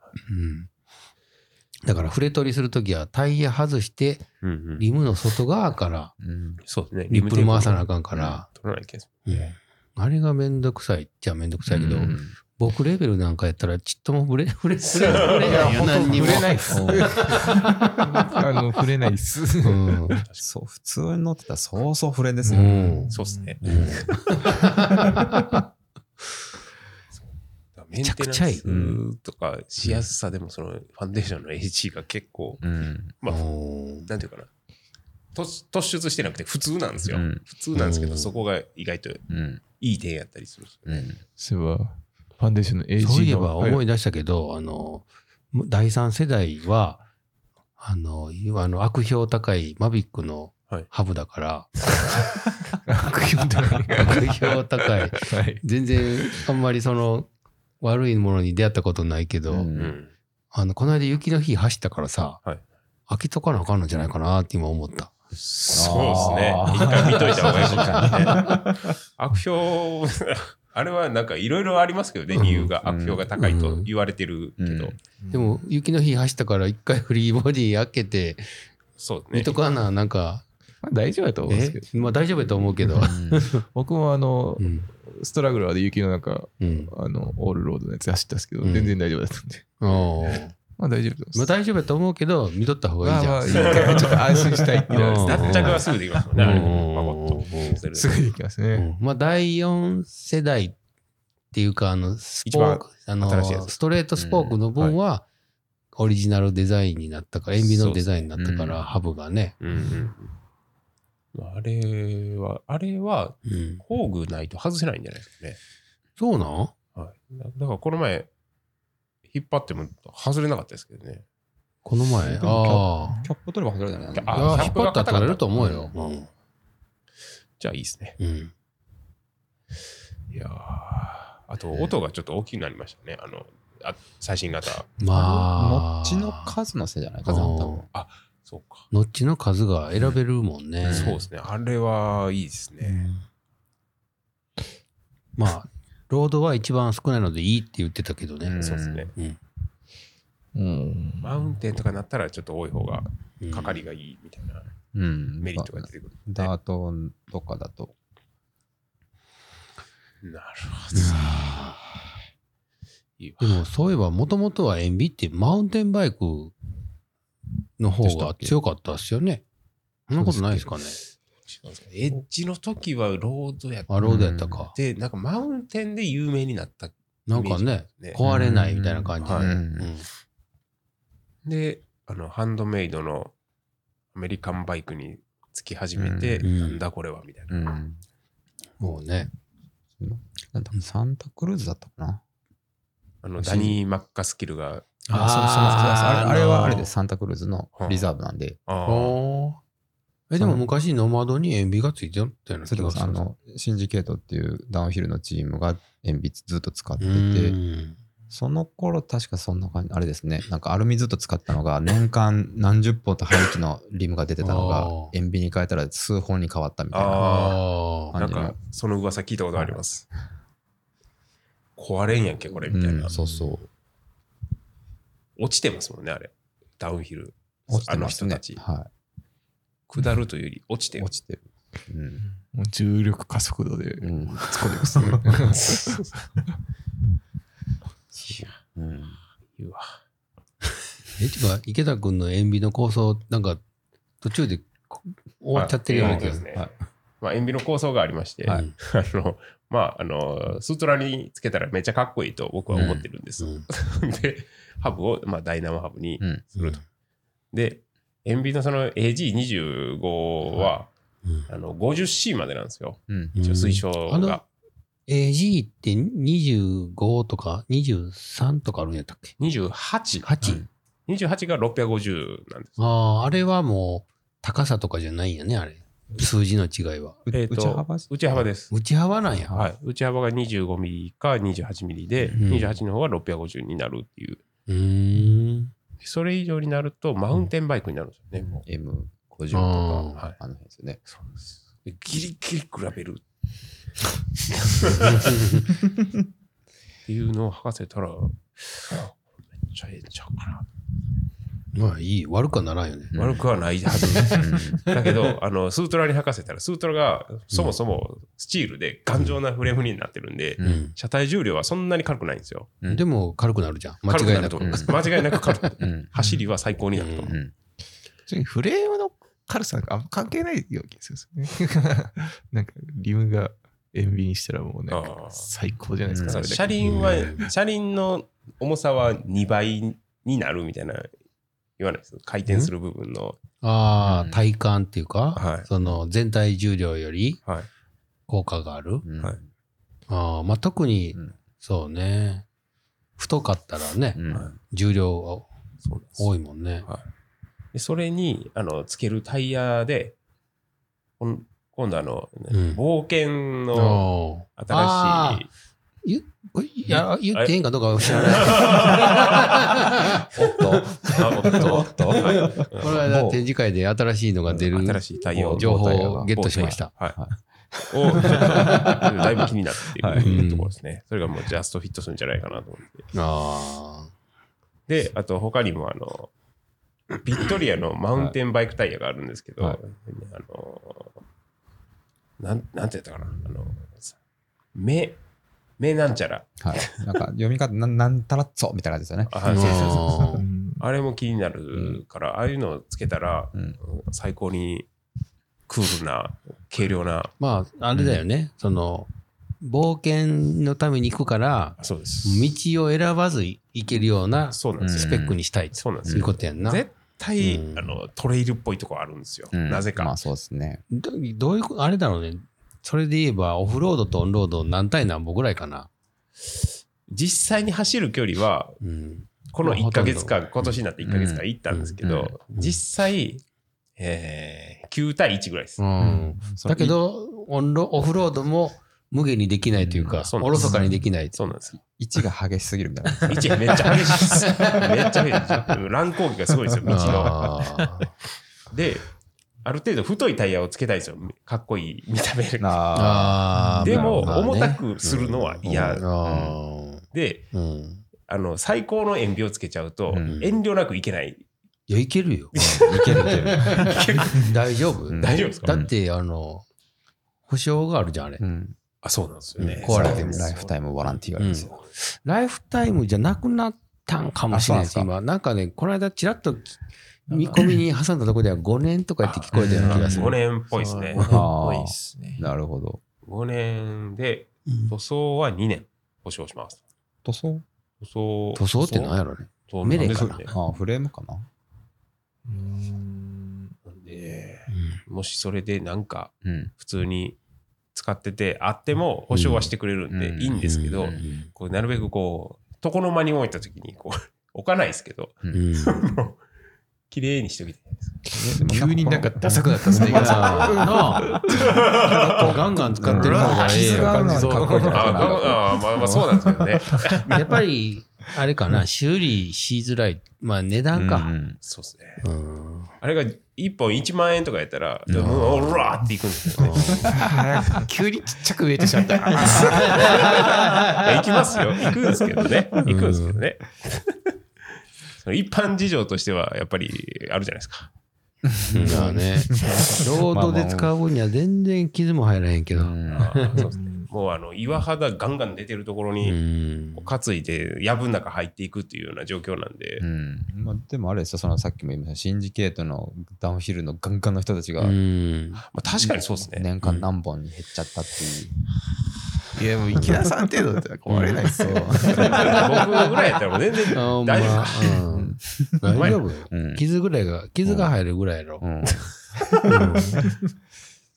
A: だから、触れ取りするときはタイヤ外して、
C: うんうん
A: リムの外側から
B: うん
C: そうですね。
A: ニップル回さなあ
C: か
A: かんから、
C: 取らないけん。
A: うんあれがめんどくさいっちゃめんどくさいけど、
E: うん
A: 僕レベルなんかやったらちっとも触れ、触れ、触れ、触れないよ、何にも。
D: いっす。 あの、触れないっす。
A: うん。
B: そう、普通に乗ってたらそうそうフレンです
A: う
B: よ。
A: ん。
C: そうですね。
A: うん
C: メンテナンスとかしやすさでも、そのファンデーションの AG が結構、
B: うん。
C: まあ、
A: うん
C: なんていうかな。突突出してなくて普通なんですよ。
B: うん
C: 普通なんですけ
A: う
C: ど、
A: ん
C: そこが意外とい
B: うん。
C: い点やったりするんですよ
B: う
C: ね。
B: ん。
D: そういえば、ファンデーションの AG の。
A: そういえば思
D: い。
A: い出したけど、あの、第三世代は、あの、いわあの悪評高いマビックの
C: はい
A: ハブだから、
D: 悪評って何
A: 悪評高い。
D: はい。
A: 全然、あんまりその、悪いものに出会ったことないけど、
B: うん
C: うん
A: あの、この間雪の日走ったからさ、
C: はい
A: 開けとかなあかんのじゃないかなって今思った。
C: そうですね
B: あ。ー
C: 一回見といた方がいいかもね。 悪評、あれはなんかいろいろありますけどね、
A: うん
C: 理由が。
B: うん
C: 悪評が高いと言われてるけど
B: う。ん
A: でも、雪の日走ったから一回フリーボディ開けて、
C: そう
A: 見
C: です
A: と
C: ね。
A: かな、なんか、
D: まあ大丈夫だと思うんです
A: え
D: けど。
A: まあ大丈夫やと思うけど。
D: 僕もあの
A: う、ん。
D: ストラグラーで雪の中、
A: うん。
D: あの、オールロードのやつ走ったんですけど、
A: うん
D: 全然大丈夫だったんで。
A: おー
D: まあ大丈夫です。
A: まあ大丈夫やと思うけど、見とった方がいいじ
D: ま
A: ゃ
D: あ
A: ん。
D: まあ一回ちょっと安心したいっていうの
A: うん
D: は
C: 脱着はすぐできますもんね。
A: うん
C: あれパパッとする
D: すぐできますね。
A: うんまあ第4世代っていうかあのスポークあの
C: 新しいやつ
A: ストレートスポークの分はオリジナルデザインになったから塩ビのデザインになったか
B: そう
A: ら
B: っす
A: ハブがね、
C: うんうんあれは、あれは
A: うん、
C: 工具ないと外せないんじゃないですかね。
A: そうなん
C: はい、だだからこの前、引っ張っても外れなかったですけどね。
A: この前。
B: でも
A: あ
B: キャップ取れば外れるんじゃない
A: あ。い
C: あ
A: や引
C: キャッ
A: っ
C: プ
A: 張
C: が
A: ったら
C: 硬かった
A: 取れると思うよ。
C: うんじゃあいいですね。
A: うん。
C: いやーあと音がちょっと大きくなりましたね。あの、あ最新型。
A: まあ。
B: ノッチの数のせいじゃない数の多分
A: うん
C: そうか。
A: ノッチの数が選べるもんね。
C: そうですね。あれはいいですね。
A: まあ、ロードは一番少ないのでいいって言ってたけどね。
C: そうですね。
E: うん。
C: マウンテンとかになったらちょっと多い方が
A: うん
C: かかりがいいみたいな
B: うん
C: メリットが出てくる。
B: ダートとかだと。
C: なるほど。いいわ
A: でもそういえばもともとは塩ビってマウンテンバイクの方が強かったっすよね。そんなことないですかね。
C: エッジの時はロードやっ
A: あ、ロードやったか。
C: て、なんかマウンテンで有名になった。
A: なんかね、
C: ね
A: 壊れないみたいな感じで。
C: う
A: うんん
C: で、あの、ハンドメイドのアメリカンバイクにつき始めて、
A: うん
C: なんだこれはみたい
B: う
C: な。
B: ん。
A: もうね。
B: なんだサンタクルーズだったかな
C: あの、ダニー・マッカスキルが、
A: あー
B: そうそうそうそうあれあれ
A: あの
B: は
A: ー
B: あれです。サンタクルーズのリザーブなんで。
C: あー
A: おーえ、でも昔ノマドに塩ビがついてたような
B: そ
A: 気
B: れ
A: が
B: こ
A: する
B: そあ
A: んですよ。
B: の、シンジケートっていうダウンヒルのチームが鉛筆ずっと使って
A: う
B: て、
A: ん
B: その頃確かそんな感じ、あれですね。なんかアルミずっと使ったのが、年間何十本と廃棄のリムが出てたの
A: あー、
B: が鉛筆に変えたら数本に変わったみたいな。
C: あ
A: あ
C: ー
A: あ。
B: あの
C: なんか、その噂聞いたことあります。壊れんやんけ、これ、みたいな
B: うん、。そうそう。
C: 落ちてますもんね、あれ。ダウンヒル。
B: 落ちてます
C: あの
B: ね
C: 人。たち
B: は
C: 下るというより落ちて
B: い。
C: る
B: 落。ちてる。うん
E: もう重力加速度で。
B: うん。
E: 突っ込んでますね。
B: うん。
C: いいわ
A: え、てか、池田君の塩ビの構想、なんか途中でこ終わっちゃってるような気
C: あ
A: が
C: そうで
A: る。
C: すすね。
B: はい
C: まあ、塩ビの構想がありまして、
A: はい
C: あの、まあ、あの、スートラにつけたらめっちゃかっこいいと僕は思ってるんです。
A: うん
C: で、ハブを、まあ、ダイナモハブに
B: うん
C: すると。で、塩ビのその AG25 は、
A: うん
C: あの 50C までなんですよ。
B: うん。
C: 一応推奨
A: あ
C: が
A: の。AG って25とか23とかあるんやったっけ
C: 28。
A: 8、
C: 28が650なんです。
A: ああ、あれはもう高さとかじゃないんやね、あれ。数字の違いは。
B: う
C: えーと
B: 内幅
C: 内幅です。
A: 内幅なんや。
C: はい、内幅が25ミリか28ミリで、
A: うん
C: 28の方が650になるっていう。
A: うーん。
C: それ以上になると、マウンテンバイクになるんですよね、も
B: M50 と
A: あ
B: か、
C: ーはい
B: あの辺ですよね。
C: う。ギリギリ比 べる。っていうのを履かせたら、めっちゃええんちゃうかな。
A: まあいい、悪くはならんよね。
B: うん
C: 悪くはないはず。だけど、あの、スートラに履かせたら、スートラがそもそもスチールで頑丈なフレームになってるんで、
B: うん
A: うん。
C: 車体重量はそんなに軽くないんですよ。
B: うん
A: でも軽くなるじゃん。間
C: 軽く
A: 違い
C: な
A: な
C: る
A: く。
C: と
B: く
C: 思います。間違いなく軽く。
B: うん。
C: 走りは最高になると思う
B: う。ん。
E: ちなみにフレームの軽さなんかあんま関係ないような気がするんですよね。なんか、リムが塩ビにしたらもうなん
C: あー
E: か最高じゃないです
B: う
E: か。
B: ん
E: それだけ
C: 車輪は、車輪の重さは2倍になるみたいな言わないです。回転する部分の。
A: あ
B: う
A: あ、
B: ん
A: 体感っていうか、
C: はい
A: その全体重量より
C: はい。
A: 効果がある。
B: うん
C: はい
A: ああ、まあ特に、
B: うん
A: そうね。太かったらね、
B: うん
C: はい
A: 重量
C: そうなんです
A: 多いもんね。
C: でそれに、あの、つけるタイヤで、こん今度あの、
A: うん
C: 冒険
A: あ
C: の
A: ー
C: 新しい、
A: これいや言っていいんかどうか知らない。
B: おっと、
C: あおっと
B: おっと
C: はい
A: この間展示会で新しいのが出る
C: 新しいタイヤを、
A: 情報をゲットしました。
C: はい。を、ちょっとだいぶ気になってって
A: はい
C: いうところですね。それがもうジャストフィットするんじゃないかなと思って。
A: あ
C: で、あと他にもあの、ビットリアのマウンテンバイクタイヤがあるんですけど、
B: はい
C: あの、なん、なんて言ったかな、あの、さ目、目なんちゃら。
B: はい。なんか読み方、なんなんたらっつょみたいな感じですよね。
C: あ
A: あ。
C: そうそうそう
A: あー
E: うん
C: あれも気になるから、ああいうのをつけたら、
B: うん。
C: 最高にクールな、軽量な、
A: まあ、あれだよね。その、冒険のために行くから、
C: そうです。
A: 道を選ばず行けるようなス
C: そうなんですよ。
A: ペックにしたい
C: そうなんで
A: と
C: す
A: いう
C: よ。
A: ことやんな。
C: 絶対、
A: うん
C: あの、トレイルっぽいとこあるんですよ。
B: うん
C: なぜか。
B: まあそうですね。
A: どどういうこ、あれだろうね。それで言えば、オフロードとオンロード何対何歩ぐらいかな。
C: 実際に走る距離は、
A: うん。
C: この1ヶ月間、今年になって1ヶ月間行ったんですけ
B: うん
C: ど、実際、えー9対1ぐらいです。
A: うんだけど、オンロオフロードも無限にできないという
C: う
A: か
C: ん、そうなん
A: お
C: で
A: ろ
C: す
A: そかにできない。
C: そうなんですよ。
B: 1が激しすぎるみたい な。
C: 1めっちゃ激しいです。めっちゃ激しい。乱高下がすごいですよ、道の。
A: あー
C: で、ある程度太いタイヤをつけたいんですよ。かっこいい見た目で。
A: あー
C: でも、
A: まあね
C: 重たくするのは嫌
A: うん
C: で、
A: うん
C: あの、最高の塩ビをつけちゃうと、
B: うん
C: 遠慮なくいけない。
A: いや、いけ るよ。
B: いけるいける。
A: 大丈夫
B: うん
C: 大丈夫ですか
A: だって、あの、保証があるじゃん、あれ
B: う。ん
C: あ、そうなんですよね。
A: 壊れて
C: そうなん
A: も
C: ですよ
B: ライフタイムワランティーがあるんですよ。
A: ライフタイムじゃなくなったんかもしれないです、
B: あそう
A: 今。なんかね、この間、ちらっと見込みに挟んだとこでは5年とかって聞こえたような気がす
C: 5
A: る。
C: 年っぽいですね
D: そう。
B: あ
D: 多
B: ー
D: いっすね。
B: なるほど。
C: 5年で、
A: うん
C: 塗装は2年保証します。
B: 塗装
C: 塗装。
A: 塗装ってなんやろね。
C: そう
A: メレ
C: なんです
A: か
C: よ
A: な
C: ね
B: あーフレームかな
D: うーん
C: なんでもしそれでなんか
B: うん。
C: 普通に使っててあっても保証はしてくれるん
B: うん
C: でいいんですけど、
A: うん
C: こうなるべくこう床の間に置いた時にこう 置かないですけど
A: うん
C: 綺麗にしときたいです
E: 急になんかダサくなったですね。
A: まあ、なあ、ガンガン使ってる方がええやん
B: うんかっこいいじゃ
C: あ
B: ない
C: ああまあまあそうなんですけどね
A: やっぱり、あれかな、修理しづらい。まあ、値段
B: う
A: か。
B: ん
C: そうですね
A: うん
C: あれが1本1万円とかやったら「う
B: うん
C: んおら!」っていくんですよね
E: 急にちっちゃく植えてしまった。
C: いや行きますよ。行くんですけどね。行くんですけどね。その一般事情としては、やっぱりあるじゃないですか。
A: まあね、ロードで使う分には全然傷も入らへんけ
B: う
A: ど。
B: ん
C: そうですねもうあの岩肌ガンガン出てるところ
A: う
C: に、
A: ん
C: こう担いで、やぶの中入っていくっていうような状況なんで
B: う、んまあ、でもあれですよ、そのさっきも言いました、シンジケートのダウンヒルのガンガンの人たちが、
A: うん
C: まあ、確かにそうですね。
B: 年間何本に減っちゃったっていう。
E: いや、もう池田さん程度だったら壊れないですよ。
C: 僕ぐらいやったらもう全然、
A: あ
C: 大丈夫
A: まあうん大丈夫よ
B: うん
A: 傷ぐらいが、傷が入るぐらいやろ
B: う。ん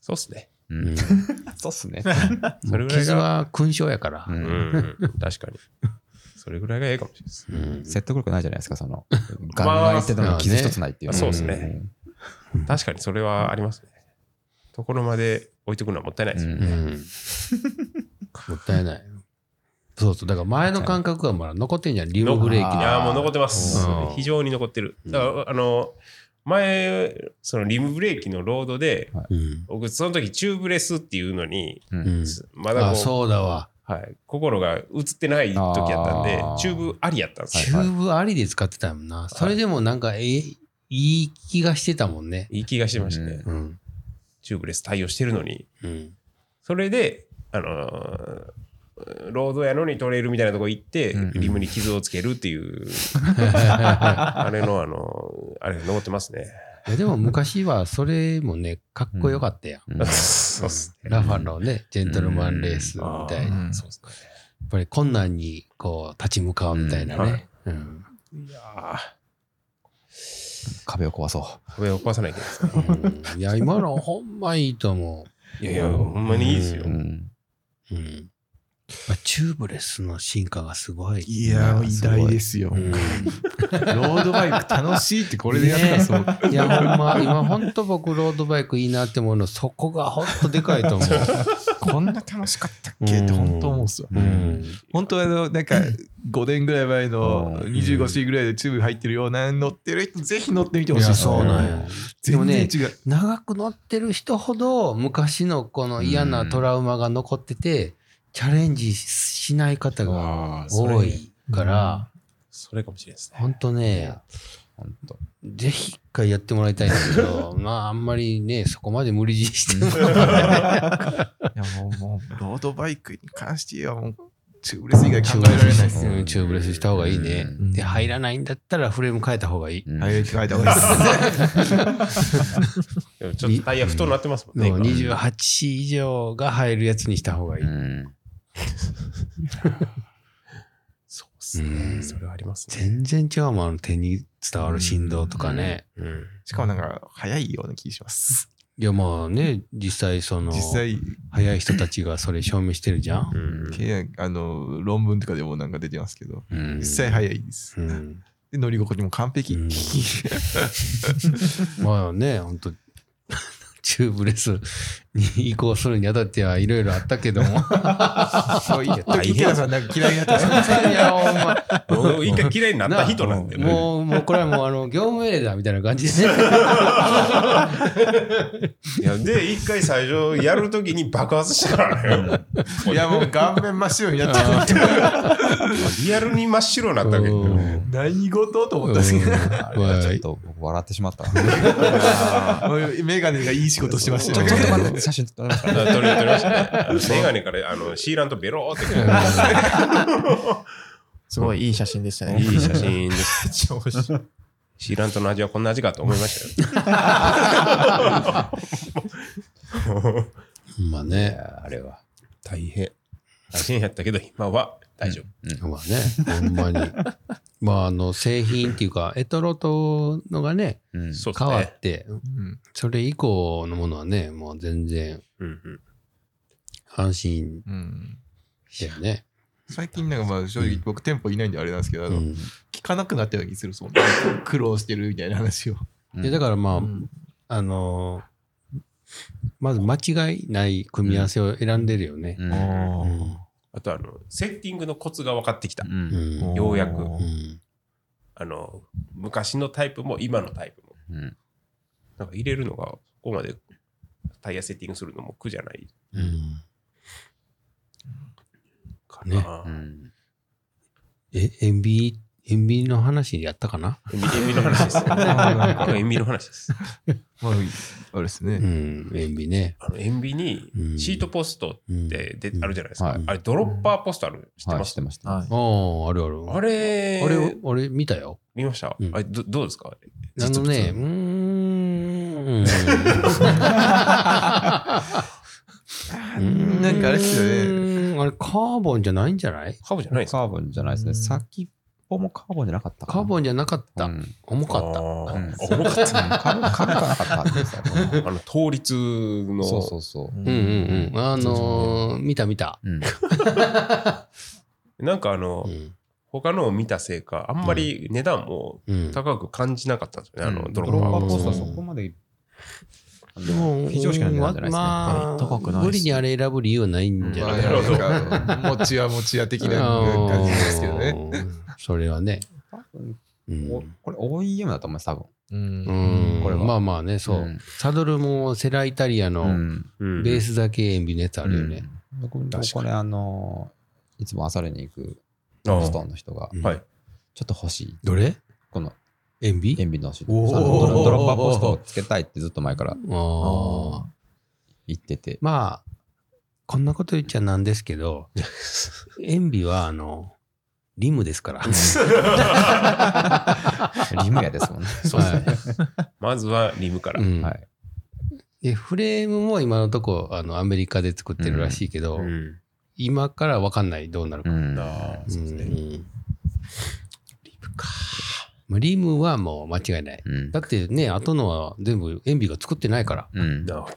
C: そうですね。
B: う
A: うんん
B: そうっすね。
C: それぐらい
A: 傷
C: が、
A: は勲章やから
B: う。
C: うんん、確かに。それぐらいがええかもしれないです。
A: うん
B: 説得力ないじゃないですか、その、ガンガン言ってたのに傷一つないっていう。
C: まあそうですね確かにそれはありますね。ところまで置いとくのはもったいないですよ
A: う
C: ね。
A: んもったいない。そうそう。だから前の感覚がまだ残ってんじゃん。リムブレーキ
C: い
A: の。
C: やーもう残ってます
A: うん。
C: 非常に残ってる。だから、あの、前、そのリムブレーキのロードで、
A: うん
C: 僕、その時、チューブレスっていうのに、
B: うん。
A: うん
C: まだ
A: あ、
C: こ
A: そうだわ。
C: う、はい、心が映ってない時やったんで
B: あー、
C: チューブありやったんですよ。
A: チューブありで使ってたもんな。それでもなんか、え、いい気がしてたもんね。
C: いい気がしてましたね。
B: う
A: うん。
C: チューブレス対応してるのに。
A: うん。
C: それで、あのーロードやのにトレイルみたいなとこ行って、
B: うん
C: リムに傷をつけるっていう、あれの、あのーあれが残ってますね。
A: いやでも昔はそれもね、かっこよかったやん。
B: うん
C: そうっすね。
A: ラファのね、ジェントルマンレースみたいに。
E: う
A: やっ
E: ん
C: そうっすね。
A: ぱり困難にこう立ち向かうみたいなね。うん
C: いやー、
B: 壁を壊そ
C: 壁を壊さないけど。
A: うんい や、今のほんまいいと思
C: いやいや、ほんまにいいですよ
B: う。う。ん。
A: う。うん。まあチューブレスの進化がすごい。
E: いや、偉大ですよ。
A: う
E: ロ
A: ん
E: ードバイク楽しいってこれでやったらそう。
A: いや、ほんま、今ほんと僕ロードバイクいいなって思うの、そこがほんとでかいと 思う。
E: こんな楽しかったっけって本当思うんですよ。
A: うん。
E: 本当はあの、なんか5年ぐらい前の
B: うん
E: 25 C ぐらいでチューブ入ってるような乗ってる人ぜひ乗ってみてほしい
A: いや
E: ですね。
A: そうなんやでも
E: 全然
A: ね
E: 違う。
A: 長く乗ってる人ほど昔のこの嫌なトラウマが残ってて、チャレンジしない方が
C: あーそ
A: 多
C: れ
A: いから、
C: それかもしれないですね。
A: ほんとね、
B: ほんと。
A: ぜひ一回やってもらいたいんだけど、 まああんまりね、そこまで無理強いしても。
E: いやもうもうロードバイクに関してはもうチューブレス以外考えられないですよ。
A: うんチューブレスした方がいいね。
E: うん
A: で、入らないんだったらフレーム変えた方がいい。
B: うん
E: はい、考えた方がいいです。
C: でもちょっとタイヤ太になってますもんね。
A: もう
C: 今
A: 28以上が入るやつにした方がいい。
B: うん
C: そうっす
A: う
C: ね。
A: ん
C: それはありますね。
A: 全然違うもん、あの手に伝わる振動とかね。
C: うん。
E: しかもなんか早いような気がします。
A: いやまあね、実際その、
E: 実際、
A: 早い人たちがそれ証明してるじゃん。
C: うん
E: 契約あの論文とかでもなんか出てますけど、
A: うん
E: 実際早いです。
A: うん
E: で乗り心地も完璧。
A: うん まあね、本 当チューブレスに移行するにあたってはいろいろあったけども。
E: そういや、
C: 大変
E: 池田さんなんか嫌いになったら。
A: いやほんま
C: もう一回嫌いになった人なんで、ね、
A: もう、もうこれはもうあの、業務命令だみたいな感じでね。
C: いやで一回最初やるときに爆発したからね
E: いやもう顔面真っ白になっちゃう。
C: リアルに真っ白になったけど、
A: うん
E: 何事と思ったんですけど
B: あれはちょっと僕笑ってしまった。
E: もうメガネがいい仕事してました
B: ちょっと
E: よ
B: 待
E: ね。
B: って、写真撮られました。
C: あ取り取りましたねメガネからあのシーランとベローってくる
D: すごいいい写真でしたね。
C: いい写真です
E: 調子
C: シーランとの味はこんな味かと思いましたよ
A: まあね、あれは。
C: 大変大変やったけど今は大丈夫、
A: まあね、ほんまに。まああの、製品っていうか、エトロとのがね、
B: うん
C: そうです
A: 変
C: ね
A: わって、
E: うん
A: それ以降のものはね、もう全然
C: うんうん
A: 安心
E: うん
A: だよね。
E: 最近なんかまあ正
A: う
E: 直
A: ん
E: 僕店舗いないんであれなんですけど、あ
A: う
E: の
A: ん
E: 聞かなくなったような気するそう苦労してるみたいな話を。
A: でだからまあ、
E: うん
A: あのーまず間違いない組み合わせを選んでるよね。
B: うん
A: うん
C: あとあのセッティングのコツが分かってきた、
B: うん
A: うん
C: ようやく
A: うん
C: あの昔のタイプも今のタイプも
B: うん
C: なんか入れるのがここまでタイヤセッティングするのも苦じゃない
A: うん
C: かな、
A: ね
B: うん
A: え、塩ビ塩ビの話やったかな
C: 塩味塩味の話 です。これ塩味の話です。
E: まあ、あれです
A: う
E: ね。
A: ん、塩ビね。
C: あの塩味に
A: うん
C: シートポスト
A: うん
C: ってで、
A: うん
C: あるじゃないですか、
B: はい
C: あれドロッパーポストある知って
B: はい、
C: ま
B: 知っ
C: す、
B: てました。
A: ああ、
D: はい。
A: あるある。
C: あれ
A: あれ、俺見たよ。
C: 見ました、
A: うん
C: あれどどうですか
A: あのね、うー ん。うん
E: なんかあれっすよね
A: ね。あれ、カーボンじゃないんじゃない
C: ハブじゃないんですか
B: カーボンじゃないです
E: う
B: ね。
E: ん
B: 先っぽもカーボンじゃなかったか
A: カ
B: な。
A: ーボ
B: ン
A: ンじゃなかった。重かった。
C: あー
B: うん
C: あ重 かった。
B: カーボン、カーボンがなかったはずですよね。
C: あの、倒立の。
B: そうそうそ
A: うんうんうん。あのー見た見た。
B: う。うん
C: なんかあの、
A: うん
C: 他のを見たせいか、あんまり値段も
A: うん。
C: 高く感じなかったんですよね、あの、ド
B: ドロ
C: ロッ
B: ッ
C: パ
B: パ
C: ー
B: ー
C: ポ
B: ポ
C: ス
B: ス
A: う
B: トは
C: ト
A: ん
B: そこまで。あの
A: でも
B: 非常識なんじゃないですかね。
A: まあ、
D: 高くないっす
A: 無理にあれ選ぶ理由はないんじゃな
E: まあ、
A: いかな。
E: なんか、持ちは持ちや的な感じですけどね。
A: うんそれはね。
B: 多分
A: うん
B: おこれ OEM だと思います、多分。
A: うん
B: これは
A: まあまあね、そう。
B: うん
A: サドルもセライタリアの
B: ん。
C: うん
A: ベースだけ塩ビのやつあるよね。
B: うん。僕も
C: 確か
B: これ、あの、いつも朝練に行く
C: あー
B: ストーンの人が、
A: うん
C: はい。
B: ちょっと欲しい。
A: どれ
B: この
A: 塩ビ
B: 塩ビのシー
E: おー
B: ト。あのドロドロッパーポストをつけたいってずっと前から
A: ああ。
B: 言って て。
A: まあ、こんなこと言っちゃなんですけ ど、塩ビはあの、リムですから。
B: リムやで すもんね。
C: そうですね。まずはリムから。
A: うん
B: はい。
A: でフレームも今のとこあのアメリカで作ってるらしいけど、
C: うん
A: 今から分かんないどうなる
B: う
A: か、
B: ん。
C: あーそうですね
A: うんリムか、まあ、リムはもう間違いない
B: うん
A: だってね後のは全部塩ビが作ってないから
B: うん。
C: なるほど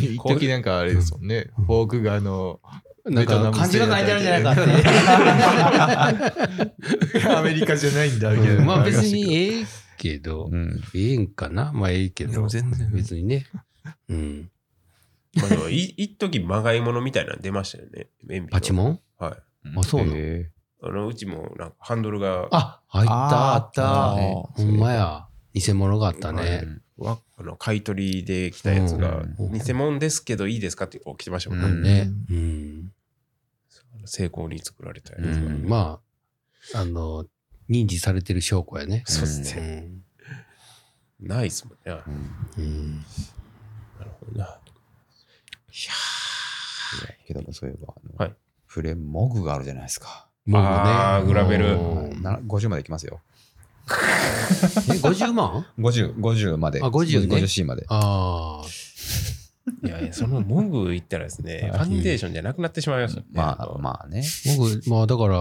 E: 一時なんかあれですもんね。フォークがあの、
A: なんか漢字が書いてあるんじゃないかって
E: アメリカじゃないんだみたいな。
A: うんまあ別にええけど、
B: うん
A: ええんかなまあええけ
E: で
A: ど
E: も全然
A: 別にねうん
C: まあでも、い一時まがいものみたいなの出ましたよね。塩ビの
A: パチモン
C: はい。
A: あそうなの
B: へ
C: あの、うちもなんかハンドルが、
A: あ入ったあった
B: あーあ
A: ほんまや偽物があった
B: ー
A: ね、
C: わあの買い取りで来たやつが、
A: うん
C: 偽物ですけどいいですかってこう来てましたもんね。
B: うん
A: ねうん
C: 成功に作られたやつ
A: う
C: が。
A: ん、まあ、あの、認知されてる証拠やね。
C: そうです
A: う
C: ね。
A: ん。
C: ないっすもんね。な
B: うん
A: うん、
C: るほどな。
B: けどもそういえば、あの
C: はい
B: フレームモグがあるじゃないですか。
A: もう
C: あーグラベル
A: もう
B: はいな50までいきますよ。
A: え、50万
B: 50、50まで。
A: あ50ね
B: 50C まで。
A: ああ。
C: いやいや、その文句言ったらですね、ファンデーションじゃなくなってしまいますよね。
B: まあまあね。
A: 僕、まあだから、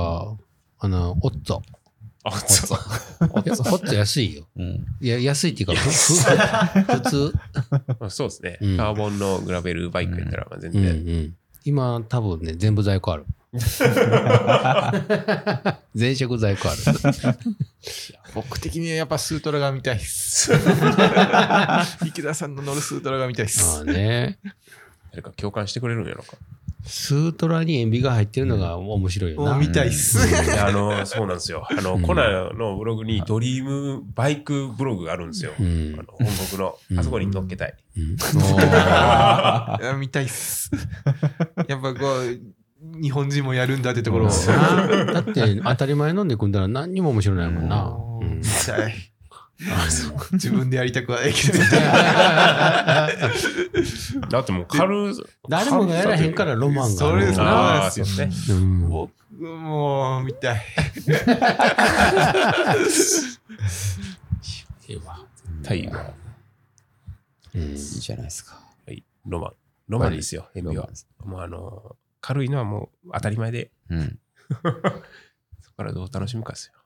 A: あの、オッツォ。
C: あ、そう。
A: ホット安いよ。
B: うん。
A: いや、安いっていうか、ふふ普通。
C: まあそうですね。
A: うん
C: カーボンのグラベルバイクやったらまあ全
A: うんう
C: 然。
A: ん。今、多分ね、全部在 庫ある。全色在庫ある。
E: 僕的にはやっぱスートラが見たいっす。池田さんの乗るスートラが見たいっ
A: ますあ。ね。
C: 誰か共感してくれるんやろか。
A: スートラに塩ビが入ってるのが面白いよ
E: もう
A: な。
E: 見たいっす。
C: いやあの、そうなんですよ。あの、コナンのブログにドリームバイクブログがあるんですよ。
A: う
C: あ
A: ん
C: の。本国の
A: う。ん
C: あそこに乗っけたい。
A: うんもう
E: いや 見たいっす。やっぱこう、日本人もやるんだってところを。
A: なだって、当たり前飲んでくんだら何にも面白ないもんな。うん
E: 見たい自分でやりたくはないけど。
C: だってもう軽さ、
A: 誰もがやらへんからロマンがあ
E: そ
A: る
E: れ。です
C: あー
E: そうですよね。
A: うん
E: 僕もう見たい。
C: 対は、
A: うん
B: いいじゃないですか。
C: はい、ロマン。ロマンですよ、塩ビ
B: ロマ
C: は
B: ン。です
C: もうあの、軽いのはもう当たり前で、
B: うん。
C: そこからどう楽しむかですよ。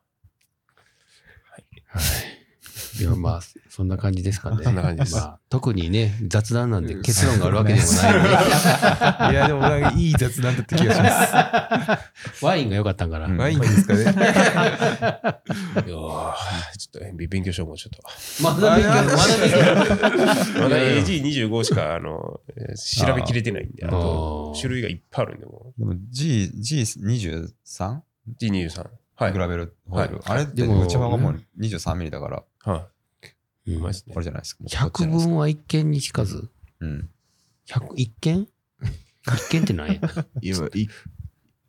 A: いや、まあ、そんな感じですかね。
C: そんな感じです
A: まあ、特にね、雑談なんで結論があるわけでもない、ね。
E: いや、でもなんかいい雑談だった気がします。
A: ワインが良かったんから。
B: うん
E: ワインですかね。
C: いや ーちょっと塩ビ勉強しよう、もうちょっと。
A: まだ勉強、まだ勉強。
C: まだ
A: いやいや
C: AG25 しかあの えー調べきれてないんで、あ
A: あー
C: と
A: あー
C: 種類がいっぱいあるんで、も
B: でも G、G23?
C: う G23。はい。
B: グ
C: は
B: ラベルホイール。
C: はい
B: あれって
A: でも
B: 内側がもう23ミリだから、
C: い。うまいですね
B: これ。じゃないですか。もうこっちじ
A: 百
B: ゃないですか
A: 分は一見に近ず。
B: うん。
A: 百一見一見って何や
E: 今、い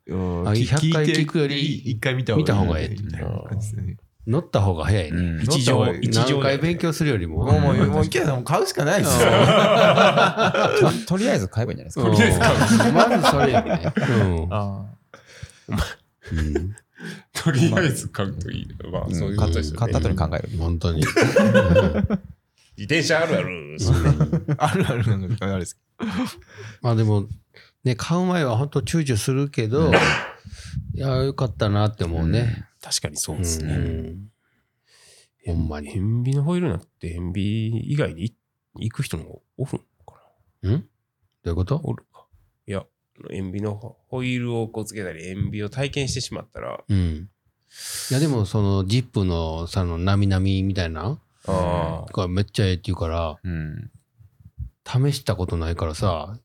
A: あ100回聞くより
E: 一回見た
A: 見た方がいい
E: みたいな感じですね。
A: 乗った方が早いね。
B: うん
C: 一乗、
E: うん
C: 一
A: 何
C: 乗だ
A: 回
C: よ
A: 勉強するよりも。
E: もう、もう、
A: うん
E: もう、池田さんも買うしかないですよ。
B: ととりあえず買えばいいんじゃないですか。
A: まずそれやね。
E: あ
A: うん。
C: とりあえず買うといい。まあ、
B: うん
C: そういうこ
B: 買
C: と
B: っ
C: ですよね。
B: 買った後に考える。
A: 本 当に。
C: 自転車あるあるですね。
E: ーあるあるなんかあれです。
A: まあでも、ね、買う前は本当躊躇するけど、いや、よかったなって思うね。
C: 確かにそう
A: う
C: ですね。
A: ん。ほんまに。
C: 塩ビのホイールなんて、塩ビ以外に行く人もオフか
A: どういうこ
C: な
A: と
C: おるか。いや、塩ビのホイールをこうつけたり、塩ビを体験してしまったら、
A: うん。いや、でも、その、ジップの、その、なみなみみたいな、
C: あ
A: がめっちゃええって言うから、
B: うん。
A: 試したことないからさ、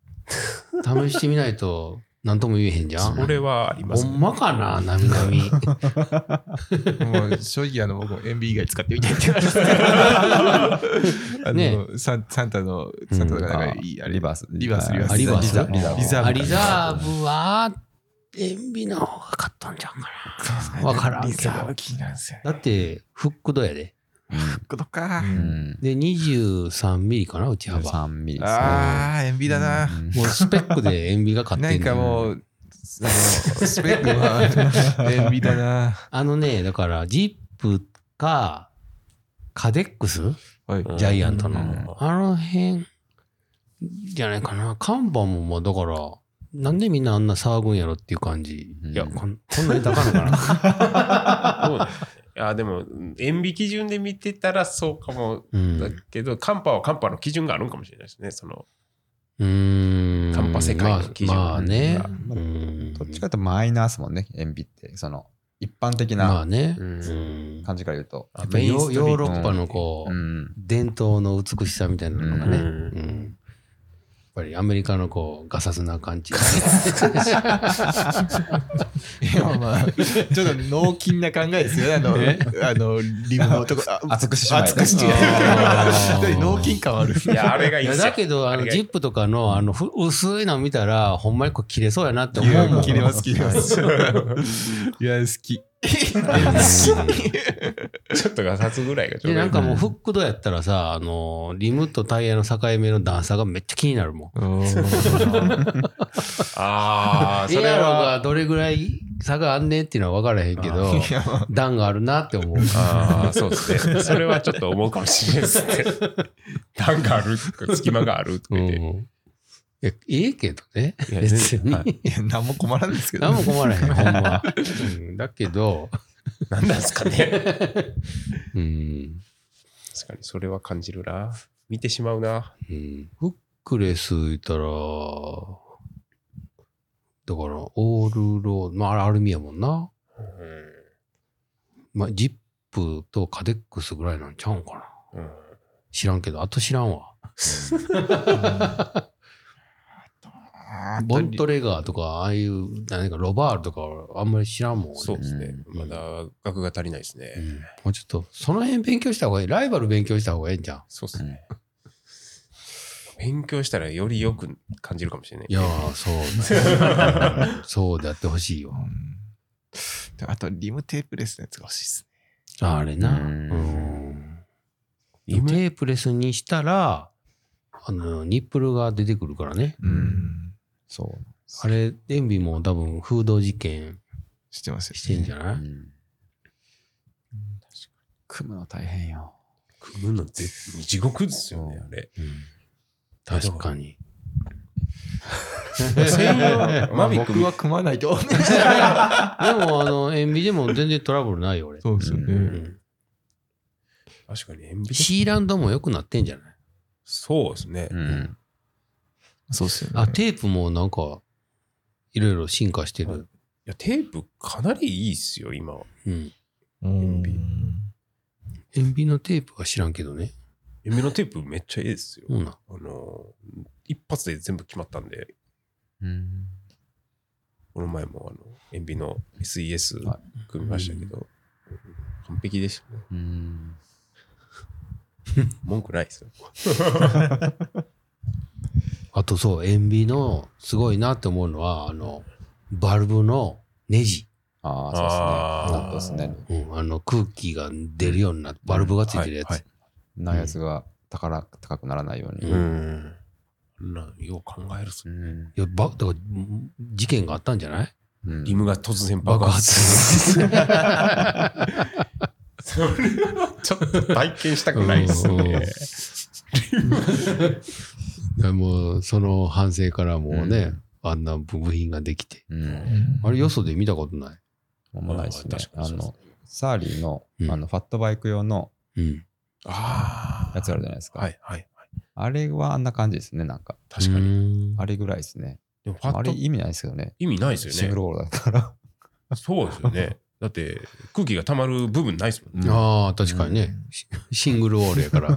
A: 試してみないと、なんとも言えへんじゃ
C: あ、
A: ん。
C: それはありま
A: ほ
C: すね。
A: んまかな、なみな み。
E: もう、正直、あの、僕も塩ビ以外使ってみたいって言われてあ
A: ね
E: の、サンサンタの、サンタがなんかいい、あれ
B: リバース。
E: リバース、リバース。
A: あリバース
E: リザリ
B: リザ
E: ザ
B: ーブ
E: リザーブ。
A: あリザーブは、塩ビの方が勝ったんじゃんかな。わからん
E: リ
A: け
E: ザー
A: ど
E: ブ。気になるんですよね。
A: だって、フックドやで。
E: ことか
B: う。ん。
A: で、23ミリかな、内幅。
B: 3ミリですね。
E: ああ、塩ビだな。
B: うん
A: もうスペックで塩ビが勝っ
E: な
A: て
E: ん
A: んの
E: かもう、そのスペックは塩ビだな。
A: あのね、だから、ジップか、カデックス
E: はい。
C: うん
A: ジャイアントの。
C: うん
A: あの辺、じゃないかな。看板も、まあ、だから、なんでみんなあんな騒ぐんやろっていう感じ。
B: うん
A: いや、こんこんなに高いのかな。
C: そうだねいやでもうん塩ビ基準で見てたらそうかも
A: うん。
C: だけど、カンパはカンパの基準があるんかもしれないですねその
A: うーん。
C: カンパ世界の基準
A: まあまあね。
B: まあ
A: うん
B: どっちかというとマイナーですもんね、塩ビって。その、一般的
A: まあ
B: な
A: ね。
C: う
A: うんん。
B: 感じから言うと。
A: やっぱヨー
C: トリ
A: ヨ
C: ー
A: ーロッパのこう
B: う、ん。
A: 伝統の美しさみたいなのがね、
C: う
A: うんんやっぱりアメリカのこうガサツな感 じう
E: いやまあ、 ちょっと脳筋な考えですよね。あの、あのリムのと こ、あ
B: 厚くしてしまえ
E: 熱くして
A: あー
E: やる。脳筋感はある。
C: いやあれがい
A: んい
C: い
A: や
C: っすよ
A: だけどあ
C: あ
A: の
C: れがいい
A: ジップとかのあのふ薄いの見たらほんまにこう切れそうやなって
E: い
A: 思う
E: や
A: もん
E: 切れます、切れます。いや、好き。
C: ちょっとがさつぐらいがちょ
A: で
C: うどい
A: ないんかもうフックドやったらさあのリムとタイヤの境目の段差がめっちゃ気になるもん
C: ああそれ
A: エアロ
C: は
A: がどれぐらい差があんねんっていうのは分からへんけど段があるなって思う
C: ああそうですねそれはちょっと思うかもしれないですね段がある とか隙間があるとか
A: うん
C: 言って、
A: いやええけどね
C: いや
A: 別に、
C: はい
E: いや、何も困らんですけど
A: 何。も困らへん、ほんま。うんだけど、
C: 何なんですか ね。
A: うん。
C: 確かにそれは感じるな。見てしまうな。
A: うんフックレス言ったら、だから、オールロード、まあ、あれアルミやもんな。まあ、ジップとカデックスぐらいなんちゃうんかな。
C: うん。うん
A: 知らんけど、あと知らんわ。ボントレガーとか、ああいう、なんかロバールとか、あんまり知らんもん。
C: そうですね。
A: うん
C: まだ額が足りないですね。
A: うんもうちょっと、その辺勉強した方がいい。ライバル勉強した方がいいんじゃん。
C: そうですね。勉強したらよりよく感じるかもしれない。
A: いやー、そうだ ねそうでやってほしいよ。
E: であと、リムテープレスのやつが欲しいですね。
A: あれな。
B: うん
A: うん。リテープレスにしたら、あの、ニップルが出てくるからね。
E: うん。
B: そ
A: あれ、エンビも多分、風土事件
E: 知ってますよ。
A: してんじゃ
B: う。う
A: ない
B: ん組むの大変よ。
C: 組むのぜ地獄ですよね、あれ。
A: 確かに。
C: 専用マ
E: まあ
C: ビック
E: 僕は組まないと。
A: でも、あ の、塩ビでも全然トラブルないよ、俺。
E: そうですよね。
C: 確かに塩ビ
A: シーランドも良くなってんじゃない
C: そうですね
B: う。ん。
E: そうですよね。
A: あ、テープもなんか、いろいろ進化してる。
C: いや、テープかなりいいっすよ、今は。
A: うん。
E: うん
A: 塩ビのテープは知らんけどね。
C: 夢のテープめっちゃいいですよ。
A: うんな。
C: あのー、一発で全部決まったんで、
B: うん。
C: この前もあの、塩ビの SES
B: は
C: 組みましたけど、完璧でしたね。
B: うん。
C: 文句ないですよ。
A: あとそう、塩ビのすごいなって思うのは、あの、バルブのネジ。
B: ああ、そうですね。
C: あー
B: なんとですね。
A: うん、あの空気が出るようになって、バルブがついてるやつ。
C: はいはい
B: ないやつが高ら高くならないように。
C: うん。なよう考えるっすね。
B: うん。
A: いやばだからうん事件があったんじゃない
B: うん
C: リムが突然爆
A: 爆
C: 発。
A: 発。
C: それはちょっと体験したくないです
A: うん
C: ね。
A: もう、その反省からもうね、あんな部品ができて。
B: うん。
A: あれ、よそで見たことな
B: あんまないですね。
C: あー確かに
B: あ
C: そうです
B: の、サーリーの
A: う、ん
B: あの、ファットバイク用の
A: い。うん。
C: ああ。
B: やつあるじゃないですか。
C: はいはい。
B: あれはあんな感じですね、なんか。
C: 確かに。
A: に。
B: あれぐらいですね。
C: でもファ
B: あ
C: ッ
B: れ
C: ト
B: 意味ないですけどね。
C: 意味ないですよね。
B: シングルオールだから。
C: そうですよね。だって空気が溜まる部分ないですもんね。
A: ああ、確かにね。シシングルオールやから。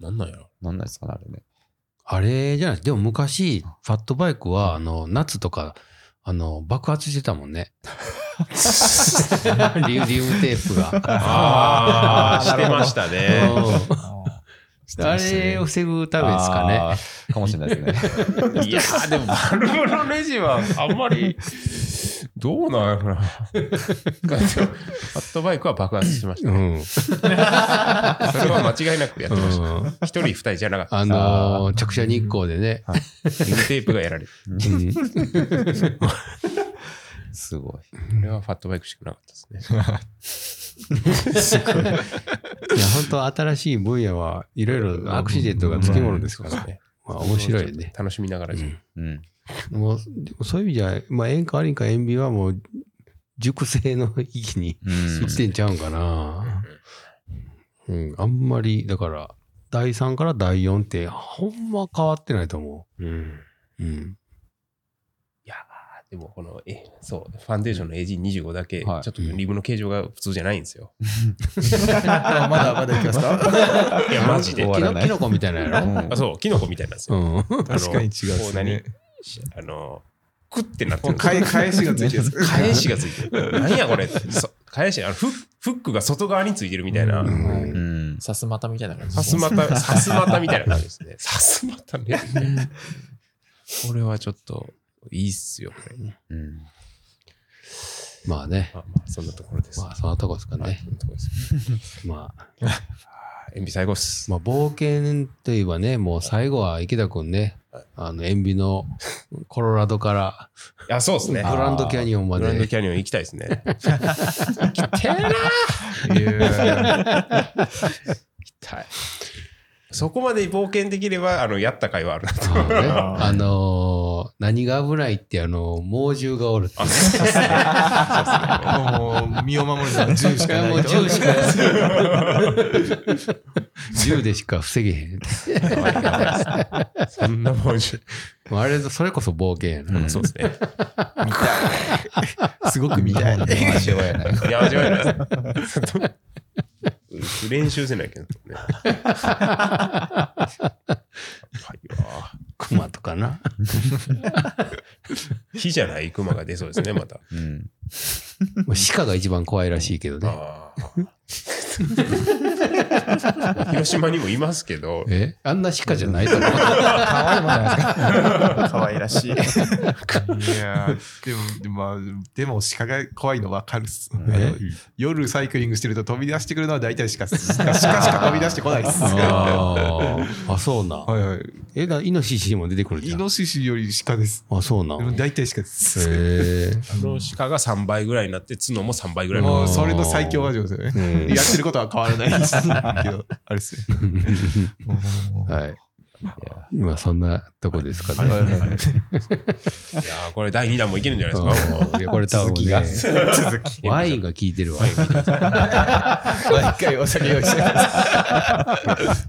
C: なんなん やろ。
B: なんないですかね、あれね。
A: あれじゃないです。でも昔、ファットバイクは、あの、夏とか、あの、爆発してたもんね。リウリウムテープが。
C: ああ、し
B: なる
C: て
B: ほど
C: ましたね。
E: して
A: あ
E: ました
A: れ
E: ね
A: を防ぐためですかね。
B: あー。かもしれないですね。
C: いやー、でもバルブのレジはあんまり、どうなんや ろな。ファットバイクは爆発しました
A: う
C: ね。
A: ん。
C: それは間違いなくやってました。一人二人じゃなかった。
A: あのー直射日光でね。
C: リムテープがやられる。
B: すごい。
C: これはファットバイクしかなかったですね。
A: いや、本当新しい分野はいろいろアクシデントがつきものですから、
C: そうね。
A: まあ、面白いね。
C: 楽しみながらじゃ
B: うん。
A: もう、でもそういう意味じゃ、まあ、演歌ありんか塩ビはもう、熟成の域に
B: うん
A: いってんちゃうんかな。うん、あんまり、だから、第3から第4って、ほんま変わってないと思
C: うん。
A: う。うん。
C: いやーでもこの、え、そう、ファンデーションの AG25 だけ、ちょ
B: はい
C: っとリムの形状が普通じゃないんですよ。
E: あまだまだいきますか
C: いや、マジで
B: 終。わ
A: キ
B: ら
A: ノ
B: ない
A: キノコみたいなや
B: うん
C: あ そう、キノコみたいなんです
A: ろ。
C: よ。
A: うん。
E: 確かに違うですね。
C: しあの、クってなって
E: もう
C: るんです
E: 返
C: よ。
E: 返しがついてるやつ。
C: 返しがついてる。何やこれそ返し、あのフッフックが外側についてるみたいな。
A: うん
B: うん。
D: さすまたみたいな感じ。
C: さすまた、さすまたみたいな感じですね。さすまたね。これはちょっと、いいっすよ、これ。
B: うん。
A: まあね。
C: まあまあ、そんなところです。
A: まあ、そのとこですか
C: はい
A: ね。
C: そんなところです。
A: まあ、
C: 塩ビ最高っす。
A: まあ、冒険といえばね、もう最後は池田君ね、あの、塩ビのコロラドから
C: いや、そうっすね。
A: グランドキャニオンま
C: グランド
A: で。
C: キャニオン行きたいですね。
E: いや
C: 行きたい。そこまで冒険できれば、あの、やった甲斐はあるなと。
A: あのねあのー何が危ないって、あのー猛獣がおるって。
E: もう身を守るのは銃しかない
A: もう銃しか 銃でしか防げへん。
C: そんなもんじ
A: もうあれ、それこそ冒険やな。
C: ゃ。そうですね。
E: すごく見たいな
B: 味わえない。
C: いや、味わえないです。うん練習せなきゃね。はいわ。
A: 熊とかな。
C: 火じゃない熊が出そうですね、また。
B: うん。
A: もう鹿が一番怖いらしいけどね。
C: あー広島にもいますけど、
A: えあんな鹿じゃないと思う。
D: 可愛いもんじゃないですか。可愛らしい。
E: いやーでも、でもまあ、でも鹿が怖いの分かるっす。あの夜サイクリングしてると飛び出してくるのは大体鹿っす。鹿しか飛び出してこないっす。は
A: あーあ、そうな。
E: いはい。
A: え、だイノシシにも出てくるじ
E: イ
A: ゃん。
E: ノシシより鹿です。
A: あ、そうな
E: で。も大体鹿で
A: へ
E: す。
C: あの鹿が3倍ぐらいになって、角も3倍ぐらいにな
E: も
C: っ
E: う
C: て
E: それの最強バージョンですよね。
A: え。
E: やってることは変わらな いですけど、あれっすね。
A: はい。今そんなとこですかね。
C: いやーこれ第2弾もいけるんじゃないです か。
A: うんいやこれ多分ね、ワインが効いてるわ。
D: 毎回お酒用意してます。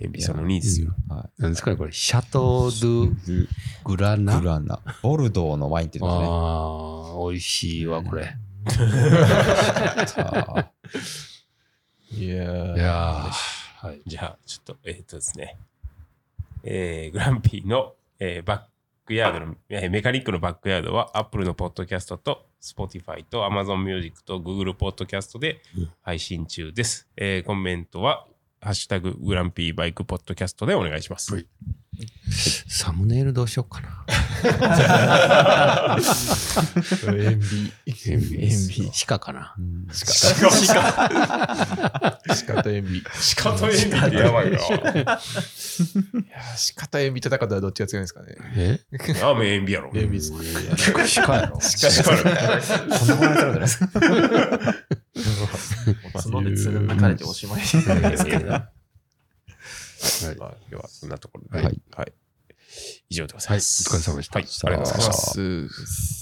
C: エビさんの2位ですよ。
B: は
A: なんですかね、これ、シャトー・ドゥ・グラ
B: い。
A: ナ。
B: グラナ。ボルドーのワインって言うんですね。
A: ああ、美味しいわ、これ。
B: さあ
E: いや
A: い
E: ー
A: やーはい。
C: じゃあ、ちょっと、えーっとですね。えーグランピーの、えーバックヤードの、えーメカニックのバックヤードは、Apple のポッドキャストと、Spotify と Amazon Music と Google ポッドキャストで配信中です。えーコメントは、ハッシュタググランピーバイクポッドキャストでお願いします。
A: はいサムネイルどうしようか な。
E: 塩ビ。
A: 塩ビ。鹿かな。
E: 鹿と塩ビ。
C: 鹿とエビってやばいな。
E: 鹿と塩ビ戦ったらどっちが強いんですかね。
A: え
C: ラーメンエビやろ。
E: 塩ビです。
A: 鹿やろ。
D: 角でつんなかれておしまいですけど。
C: まあ、今日はそんなところ
A: は
C: で。
A: い
C: はい。以上でございます。
A: はいお疲れ様でした
C: はい、ありがとうございました。
E: す。